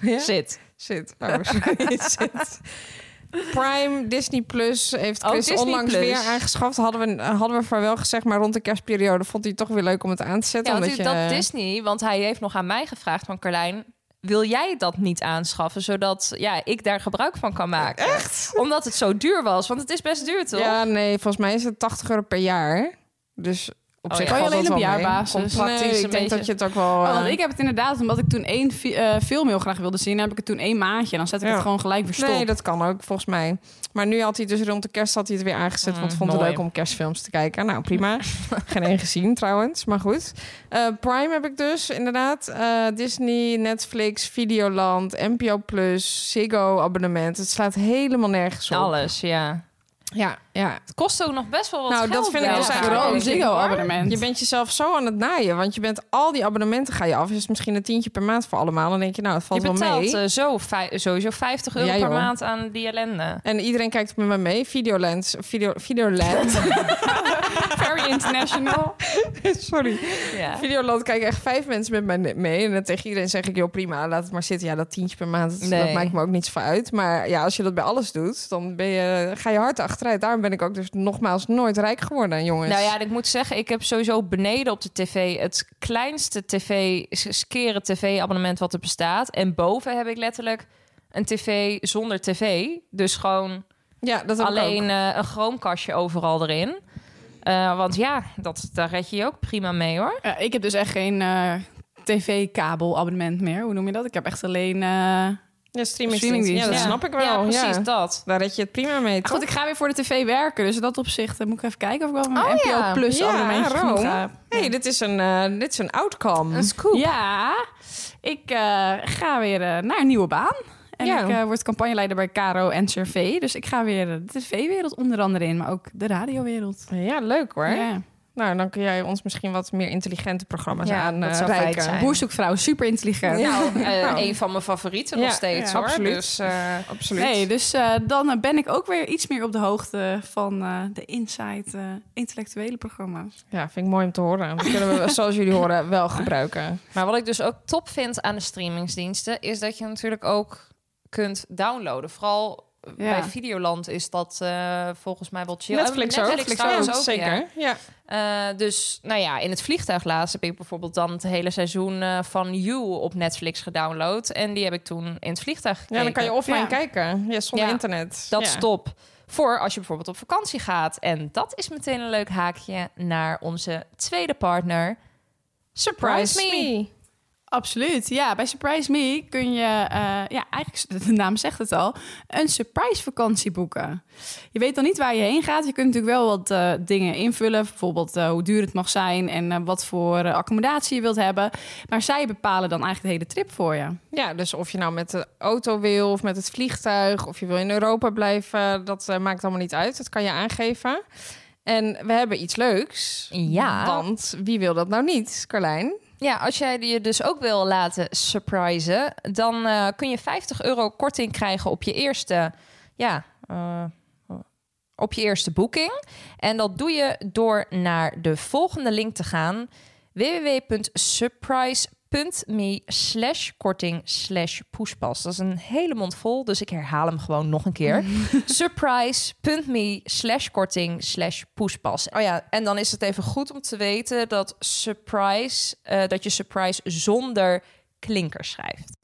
Ja? Zit. Zit. Oh, sorry. Zit. Prime, Disney Plus heeft Oh, Chris Disney onlangs Plus. weer aangeschaft. Hadden we, eh, hadden we voor wel gezegd, maar rond de kerstperiode vond hij het toch weer leuk om het aan te zetten. Ja, want omdat die- je, dat Disney, want hij heeft nog aan mij gevraagd van Carlijn... Wil jij dat niet aanschaffen, zodat ja, ik daar gebruik van kan maken? Echt? Omdat het zo duur was, want het is best duur, toch? Ja, nee, volgens mij is het 80 euro per jaar. Dus op Oh, zich ja. valt Kan je dat alleen wel op mee. jaarbasis? Komt Praktisch Nee, ik een denk beetje. dat je het ook wel... Oh, eh, want ik heb het inderdaad, omdat ik toen één fi- eh, film heel graag wilde zien, heb ik het toen één maandje. En dan zet ik Ja. het gewoon gelijk weer stop. Nee, dat kan ook, volgens mij. Maar nu had hij dus rond de kerst had hij het weer aangezet. Mm, want vond het mooi. leuk om kerstfilms te kijken. Nou, prima. [LAUGHS] Geen één gezien trouwens, maar goed. Eh, Prime heb ik dus, inderdaad. Eh, Disney, Netflix, Videoland, NPO+, Plus, Ziggo abonnement. Het slaat helemaal nergens op. Alles, ja. Ja, ja. Het kost ook nog best wel wat Nou, geld. dat vind ik ja. dus Ja, eigenlijk vooral wel een een ding, Ziggo abonnement. Je bent jezelf zo aan het naaien. Want je bent al die abonnementen ga je af. Is het misschien een tientje per maand voor allemaal. Dan denk je, nou, het Je valt wel betaalt mee. eh, zo vij- sowieso 50 euro Ja, per joh. maand aan die ellende. En iedereen kijkt met me mee. Videoland. Video, [LAUGHS] Videoland. very international. Sorry. Ja. Videoland kijken echt vijf mensen met mij ne- mee. En dan tegen iedereen zeg ik, joh, prima, laat het maar zitten. Ja, dat tientje per maand, dat, Nee. dat maakt me ook niets voor uit. Maar ja, als je dat bij alles doet, dan ben je, ga je hard achteruit. Daarom ben ik ook dus nogmaals nooit rijk geworden, jongens. Nou ja, en ik moet zeggen, ik heb sowieso beneden op de tv het kleinste tv, s- skere tv-abonnement wat er bestaat. En boven heb ik letterlijk een tv zonder tv. Dus gewoon Ja, dat heb ik alleen ook. eh, een chromekastje overal erin. Eh, want ja, dat, daar red je je ook prima mee hoor. [LAUGHS] Ja, ik heb dus echt geen tv-kabel abonnement meer. Hoe noem je dat? Ik heb echt alleen... eh, Ja, streaming streamingdienst, Ja, dat ja. snap ik wel. Ja, precies ja. dat. Daar red je het prima mee, Maar toch? Goed, ik ga weer voor de tv werken, dus in dat opzicht eh, moet ik even kijken of ik wel mijn Oh, NPO ja. Plus Ja, abonnementje Rome. genoeg heb. hey, dit is een, eh, dit is een outcome. Een scoop. Ja, ik eh, ga weer eh, naar een nieuwe baan. En Ja. ik eh, word campagneleider bij Caro en Cervé. Dus ik ga weer eh, de tv-wereld onder andere in, maar ook de radiowereld. Ja, leuk hoor. Ja. Nou, dan kun jij ons misschien wat meer intelligente programma's Ja, aan dat eh, zou fijn reiken. zijn. Boer zoekt vrouw, super intelligent. Nou, eh, een van mijn favorieten Ja, nog steeds ja, hoor. absoluut. Dus, eh, Absoluut. Nee, dus eh, dan eh, ben ik ook weer iets meer op de hoogte van eh, de Inside eh, intellectuele programma's. Ja, vind ik mooi om te horen. Dat kunnen we, zoals jullie horen, wel gebruiken. Maar wat ik dus ook top vind aan de streamingsdiensten, is dat je natuurlijk ook kunt downloaden. Vooral bij Videoland is dat eh, volgens mij wel chill. Netflix En ook. trouwens ook, zeker. ja. Ja. Ja. Eh, dus, nou ja, in het vliegtuig laatst heb ik bijvoorbeeld dan het hele seizoen eh, van You op Netflix gedownload. En die heb ik toen in het vliegtuig gekeken. dan kan je offline Ja. kijken. Ja, zonder Ja, internet. Dat ja. is top. Voor als je bijvoorbeeld op vakantie gaat. En dat is meteen een leuk haakje naar onze tweede partner. Surprise, Price me. me. Absoluut, ja. Bij Surprise Me kun je, eh, ja, eigenlijk, [LAUGHS] de naam zegt het al, een surprise vakantie boeken. Je weet dan niet waar je heen gaat. Je kunt natuurlijk wel wat eh, dingen invullen. Bijvoorbeeld eh, hoe duur het mag zijn en eh, wat voor eh, accommodatie je wilt hebben. Maar zij bepalen dan eigenlijk de hele trip voor je. Ja, dus of je nou met de auto wil of met het vliegtuig of je wil in Europa blijven, dat eh, maakt allemaal niet uit. Dat kan je aangeven. En we hebben iets leuks. Ja. Want wie wil dat nou niet, Carlijn? Ja, als jij je dus ook wil laten surprisen, dan eh, kun je 50 euro korting krijgen op je eerste, ja, eh, op je eerste boeking. En dat doe je door naar de volgende link te gaan: www.surprise.me slash korting slash poespas. Dat is een hele mond vol, dus ik herhaal hem gewoon nog een keer. surprise.me slash korting slash poespas. Oh ja, en dan is het even goed om te weten dat surprise, eh, dat je surprise zonder klinker schrijft.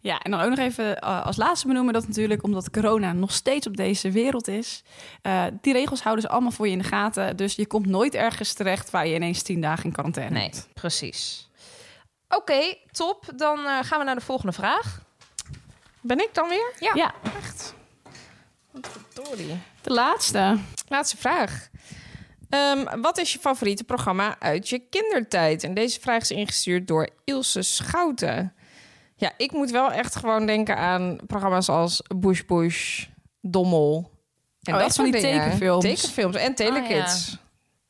Ja, en dan ook nog even eh, als laatste benoemen dat natuurlijk, omdat corona nog steeds op deze wereld is, eh, die regels houden ze allemaal voor je in de gaten. Dus je komt nooit ergens terecht waar je ineens tien dagen in quarantaine Nee, moet. precies. Oké, top. Dan eh, gaan we naar de volgende vraag. Ben ik dan weer? Ja. Ja, Echt. Wat verdorie. de laatste. Laatste vraag. Ehm, wat is je favoriete programma uit je kindertijd? En deze vraag is ingestuurd door Ilse Schouten. Ja, ik moet wel echt gewoon denken aan programma's als Bush Bush, Dommel. En Oh, echt van soort die dingen. tekenfilms. Oh, Ah. Tekenfilms en Telekids.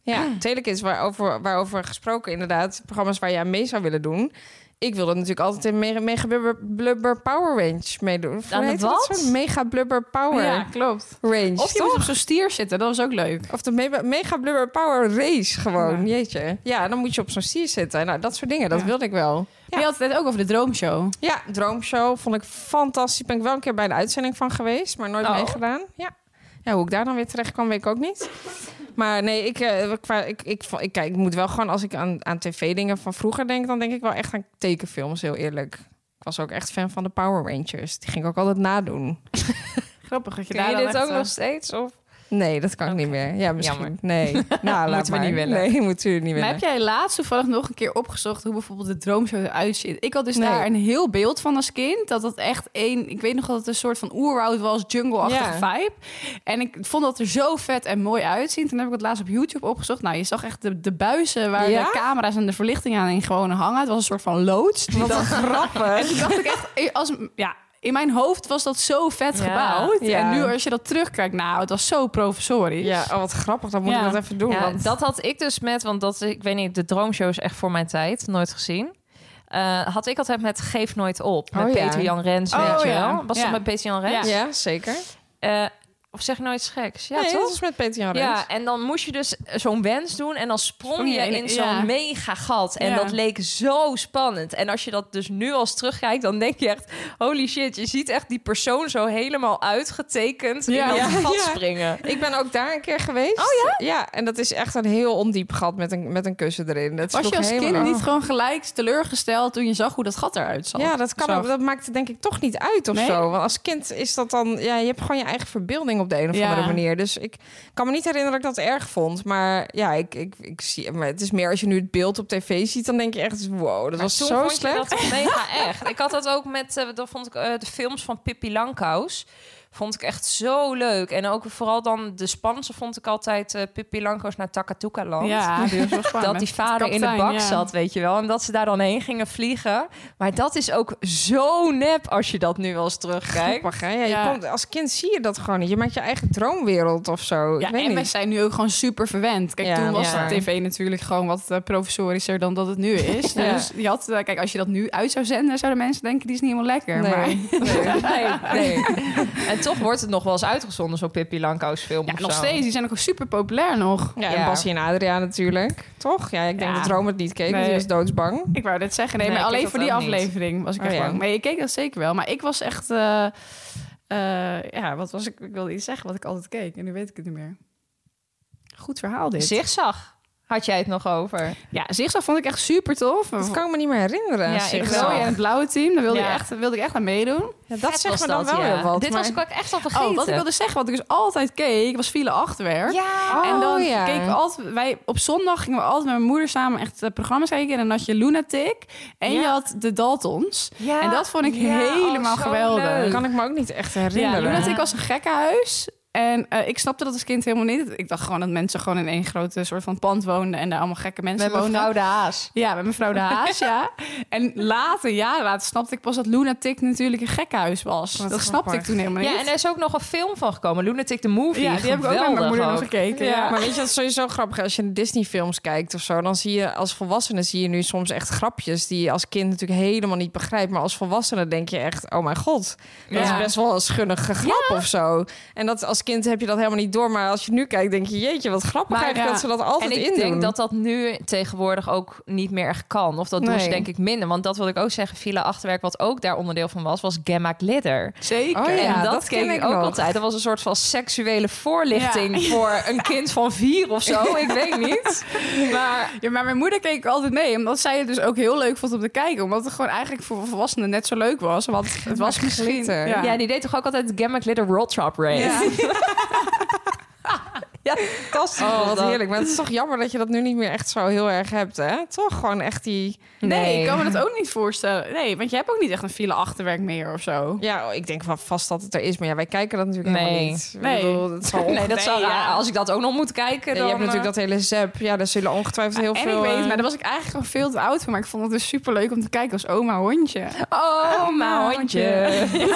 ja. Telekids, waarover, waarover gesproken inderdaad. Programma's waar je aan mee zou willen doen. Ik wilde natuurlijk altijd in Mega, mega blubber, blubber Power Range meedoen. Hoe Aan de heette dat wat? soort? Mega Blubber Power Ja, klopt. Range, Of je toch? moet op zo'n stier zitten, dat was ook leuk. Of de mega, mega blubber power race gewoon. Jeetje. Ja, dan moet je op zo'n stier zitten. Nou, dat soort dingen, dat Ja. wilde ik wel. Maar Je had het net ook over de droomshow. Ja, Droomshow vond ik fantastisch. Ben ik wel een keer bij een uitzending van geweest, maar nooit Oh. meegedaan. Ja. ja, hoe ik daar dan weer terecht kwam, weet ik ook niet. Maar nee, ik, eh, qua- ik, ik, ik, kijk, ik moet wel gewoon... als ik aan, aan tv-dingen van vroeger denk... dan denk ik wel echt aan tekenfilms, heel eerlijk. Ik was ook echt fan van de Power Rangers. Die ging ik ook altijd nadoen. Grappig dat je Kun daar je dan dit echt, ook eh, nog steeds? Of? Nee, dat kan ik niet meer. Ja, misschien. Jammer. [LAUGHS] Nee, nou, laat Moeten we maar. niet willen. Nee, moeten jullie niet willen. Maar heb jij laatst toevallig nog een keer opgezocht hoe bijvoorbeeld de droomshow eruit ziet? Ik had dus Nee. daar een heel beeld van als kind. Dat dat echt één, ik weet nog dat het een soort van oerwoud was, jungle-achtige Ja. vibe. En ik vond dat er zo vet en mooi uitzien. Toen heb ik het laatst op YouTube opgezocht. Nou, je zag echt de, de buizen waar Ja? de camera's en de verlichting aan in gewoon hangen. Het was een soort van loods. Die Wat dan- een grappig. toen dacht ik echt, eh, als, ja, in mijn hoofd was dat zo vet Ja. gebouwd. Ja. En nu als je dat terugkijkt, nou, het was zo professorisch. Ja, oh, wat grappig. Dan moet Ja. ik dat even doen. Ja, want... dat had ik dus met, want dat, ik weet niet, de droomshow is echt voor mijn tijd, nooit gezien. Eh, had ik altijd met Geef Nooit Op, met Oh, ja. Peter Jan Rens, Oh, weet je ja. wel. Was Ja. dat met Peter Jan Rens? ja zeker. Eh, of zeg Nooit iets Geks, ja nee, toch? dat is met Peter Jan Rens. Ja, en dan moest je dus zo'n wens doen en dan sprong Sprong je je in- in zo'n ja. mega gat. En Ja. dat leek zo spannend. En als je dat dus nu als terugkijkt, dan denk je echt, holy shit, je ziet echt die persoon zo helemaal uitgetekend Ja. in dat Ja. gat Ja. springen. Ik ben ook daar een keer geweest. Oh ja? Ja, en dat is echt een heel ondiep gat met een, met een kussen erin. Dat Was je sloeg als kind helemaal- niet gewoon gelijk teleurgesteld toen je zag hoe dat gat eruit zag? Ja, dat, kan Zag. ook, dat maakt het denk ik toch niet uit of Nee? zo. Want als kind is dat dan... Ja, je hebt gewoon je eigen verbeelding op de een of Ja. andere manier. Dus ik kan me niet herinneren dat ik dat erg vond. Maar ja, ik, ik, ik zie, maar het is meer als je nu het beeld op tv ziet... dan denk je echt, wow, dat was toen zo vond slecht. [LAUGHS] je dat toch mega echt. Ik had dat ook met, eh, dat vond ik eh, de films van Pippi Langkous. Vond ik echt zo leuk. En ook vooral dan de Spanse vond ik altijd eh Pippi Lanko's naar Takatuka land. Ja, die was wel [LAUGHS] spannend. Dat die vader in de Kapitein, bak ja. zat, weet je wel. En dat ze daar dan heen gingen vliegen. Maar dat is ook zo nep als je dat nu wel eens terugkijkt. Grappig, hè? Ja, je Ja. komt- als kind zie je dat gewoon niet. Je maakt je eigen droomwereld of zo. Ja, ik weet en wij niet. zijn nu ook gewoon super verwend. Kijk, Ja, toen was ja. de tv natuurlijk gewoon wat eh, provisorischer dan dat het [LAUGHS] nu is. Ja. Dus je had, eh, kijk, als je dat nu uit zou zenden, zouden mensen denken, die is niet helemaal lekker. Nee. Maar [LAUGHS] Nee, nee. En toch wordt het nog wel eens uitgezonden, zo'n Pippi Lanko's film ja, of nog zo. steeds, die zijn ook super populair nog. Ja, Ja. en Bassie en Adria natuurlijk. Toch? Ja, ik denk Ja. dat Rome het niet keek, want Nee. die was doodsbang. Ik wou net zeggen, nee, Nee, maar ik alleen heb voor dat die ook niet. aflevering was ik echt Oh, ja. bang. Nee, ik keek dat zeker wel, maar ik was echt... eh, eh, ja, wat was ik? Ik wilde iets zeggen wat ik altijd keek en nu weet ik het niet meer. Goed verhaal dit. Zigzag had jij het nog over. Ja, Zigzag vond ik echt super tof. Dat kan ik me niet meer herinneren. Ja, Ik zeg wil maar. je in het blauwe team, daar wilde, Ja. ik, echt, daar wilde ik echt aan meedoen. Ja, dat zegt was me dan dat, wel ja. weer wat. Dit maar- was ik ook echt al vergeten. Oh, wat ik wilde zeggen, wat ik dus altijd keek, was File Achterwerk. Ja. en dan Oh, ja. keek ik altijd, wij op zondag gingen we altijd met mijn moeder samen echt eh, programma's kijken. En dan had je Lunatic en Ja. je had de Daltons. Ja. En dat vond ik Ja, helemaal oh, zo geweldig. leuk. kan ik me ook niet echt Ja, herinneren. Lunatic was een gekkenhuis. En eh, ik snapte dat als kind helemaal niet. Ik dacht gewoon dat mensen gewoon in één grote soort van pand woonden en daar allemaal gekke mensen Met woonden. mevrouw De Haas. Ja, met mevrouw De Haas, ja. [LAUGHS] En later, ja, later snapte ik pas dat Lunatic natuurlijk een gekkenhuis was. Wat dat snapte ik grappig. toen helemaal niet. Ja, en er is ook nog een film van gekomen, Lunatic the Movie. Ja, die heb ik ook met mijn Geweldig moeder nog ook. gekeken. Ja. Maar weet je, dat is sowieso grappig. Als je in Disney-films kijkt of zo, dan zie je als volwassene zie je nu soms echt grapjes die je als kind natuurlijk helemaal niet begrijpt. Maar als volwassene denk je echt, oh mijn god, dat Ja. is best wel een schunnige grap of zo. En dat als kind heb je dat helemaal niet door. Maar als je nu kijkt, denk je, jeetje, wat grappig Maar eigenlijk ja. dat ze dat altijd En ik in denk dat dat nu tegenwoordig ook niet meer echt kan. Of dat doen ze Nee. denk ik minder. Want dat wil ik ook zeggen, Villa Achterwerk, wat ook daar onderdeel van was, was Gemma Glitter. Zeker. Oh ja, en dat, dat keek ken ik ik ook nog. altijd. Dat was een soort van seksuele voorlichting voor een kind van vier of zo. Ik weet niet. Maar Ja, maar mijn moeder keek altijd mee, omdat zij het dus ook heel leuk vond om te kijken. Omdat het gewoon eigenlijk voor volwassenen net zo leuk was. [LAUGHS] Want het was misschien... glitter. Ja. ja, die deed toch ook altijd Gemma Glitter Roll Trap Race. Ja, fantastisch. [LAUGHS] Oh, was wat dat. heerlijk. Maar het is toch jammer dat je dat nu niet meer echt zo heel erg hebt, hè? Toch gewoon echt die... Nee, ik kan me dat ook niet voorstellen. Nee, want je hebt ook niet echt een file achterwerk meer of zo. Ja, oh, ik denk wel vast dat het er is. Maar ja, wij kijken dat natuurlijk Nee. helemaal niet. Ik Nee. bedoel, dat zal [LAUGHS] Nee, dat zou Nee, raar. Als ik dat ook nog moet kijken, Ja, dan... je hebt natuurlijk dat eh, hele zep. Ja, daar zullen ongetwijfeld heel Ah, En veel... ik weet, eh, maar daar was ik eigenlijk gewoon veel te oud voor. Maar ik vond het dus super leuk om te kijken als oma hondje. Oh, mijn hondje.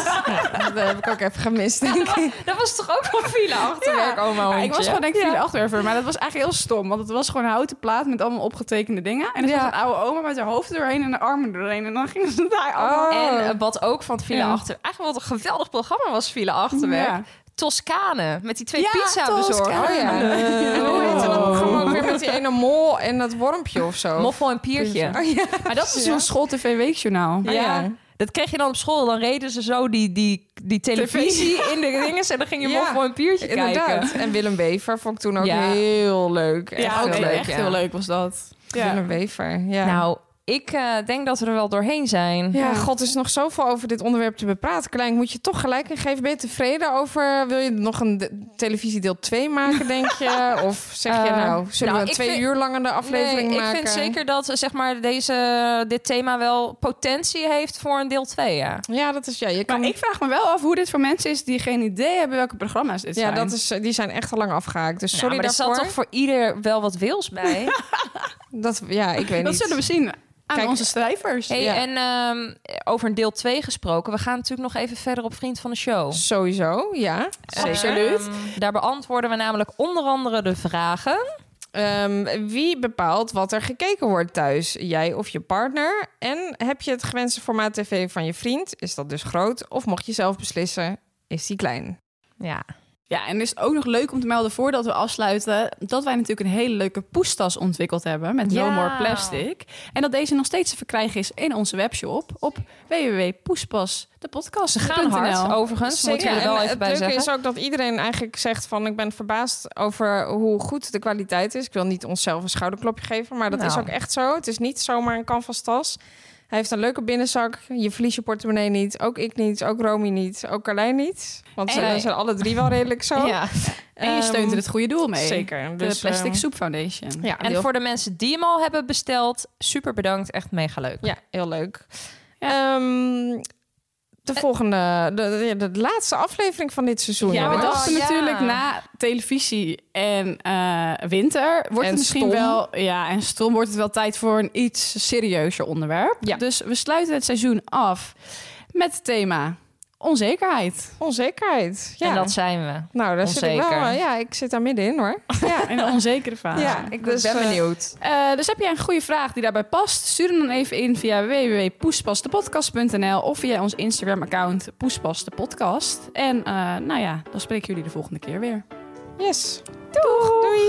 [LAUGHS] dat heb ik ook even gemist, denk ik. Dat was toch ook van Villa Achterwerk, oh, mijn Ja, hondje. Ah, ik was gewoon denk ik file achterwerker, maar dat was eigenlijk heel stom. Want het was gewoon een houten plaat met allemaal opgetekende dingen. En er zat een oude oma met haar hoofd erheen en haar armen erheen. En dan gingen ze Oh. daar allemaal... En eh, wat ook van Villa Ja. Achter... Eigenlijk wat een geweldig programma was Villa Achterwerk. Ja. Toscane, met die twee Ja, pizza bezorgen. Toscane. Oh ja. Oh. En hoe heette dat programma ook weer met die ene mol en dat wormpje of zo? Moffel en Piertje. Oh ja. Oh, Maar dat is zo'n school-tv-weekjournaal. Ja. ja. Dat kreeg je dan op school. Dan reden ze zo die, die, die televisie in de dinges. En dan ging je Ja, Moffel en Piertje kijken. Inderdaad. En Willem Wever vond ik toen ook Ja. heel leuk. Echt Ja, heel nee, leuk. echt ja. heel leuk was dat. Willem Wever, ja. Nou, ik eh, denk dat we er wel doorheen zijn. Ja, god, er is nog zoveel over dit onderwerp te bepraten. Klein, ik moet je toch gelijk in geven. Ben je tevreden over... Wil je nog een de- televisiedeel 2 maken, denk je? Of zeg je Eh, nou, zullen nou, we ik een twee vind- uur langere aflevering nee, maken? ik vind zeker dat eh, zeg maar, deze, dit thema wel potentie heeft voor een deel 2. Ja. Ja, dat is... Ja, je kan... Maar ik vraag me wel af hoe dit voor mensen is die geen idee hebben welke programma's dit ja zijn. dat is, eh, die zijn echt al lang afgehaakt. Dus sorry ja, maar er daarvoor. zat toch voor ieder wel wat wils [LAUGHS] bij. Dat, ja, ik weet [LAUGHS] Dat niet. zullen we zien aan Kijk, onze schrijvers. Hey, Ja. En ehm, over een deel 2 gesproken. We gaan natuurlijk nog even verder op Vriend van de Show. Sowieso, ja. Absoluut. Ehm, daar beantwoorden we namelijk onder andere de vragen. Ehm, wie bepaalt wat er gekeken wordt thuis? Jij of je partner? En heb je het gewenste formaat tv van je vriend? Is dat dus groot? Of mocht je zelf beslissen, is die klein? Ja. Ja, en is het ook nog leuk om te melden voordat we afsluiten... dat wij natuurlijk een hele leuke poestas ontwikkeld hebben met Ja. No More Plastic. En dat deze nog steeds te verkrijgen is in onze webshop op www.poespasdepodcast.nl. Gaan hard, overigens. Moeten we er Dus en wel even het bij leuke zeggen. is ook dat iedereen eigenlijk zegt van... ik ben verbaasd over hoe goed de kwaliteit is. Ik wil niet onszelf een schouderklopje geven, maar dat Nou. is ook echt zo. Het is niet zomaar een canvas tas. Hij heeft een leuke binnenzak. Je verliest je portemonnee niet. Ook ik niet, ook Romy niet, ook Carlijn niet. Want En- ze Nee. zijn alle drie wel redelijk [LAUGHS] zo. Ja. En je steunt er het goede doel mee. Ehm, Zeker. De Dus, Plastic ehm, Soup Foundation. Ja, En heel, voor de mensen die hem al hebben besteld, super bedankt. Echt mega leuk. ja, heel leuk. Ehm, de volgende, de, de, de laatste aflevering van dit seizoen. Ja, hoor. we Oh, dachten ja. natuurlijk na televisie en eh, winter wordt En het misschien stom. wel ja en stom wordt het wel tijd voor een iets serieuzer onderwerp. Ja. Dus we sluiten het seizoen af met het thema onzekerheid Onzekerheid. Ja. En dat zijn we. nou, daar zit ik wel. onzeker. eh, ja, ik zit daar middenin hoor. en de onzekere fase. ja, ik Dus, ben benieuwd. Eh, dus heb jij een goede vraag die daarbij past? Stuur hem dan even in via www.poespasdepodcast.nl of via ons Instagram-account Poespasdepodcast. En eh, nou ja, dan spreken jullie de volgende keer weer. Yes. Doeg. Doei.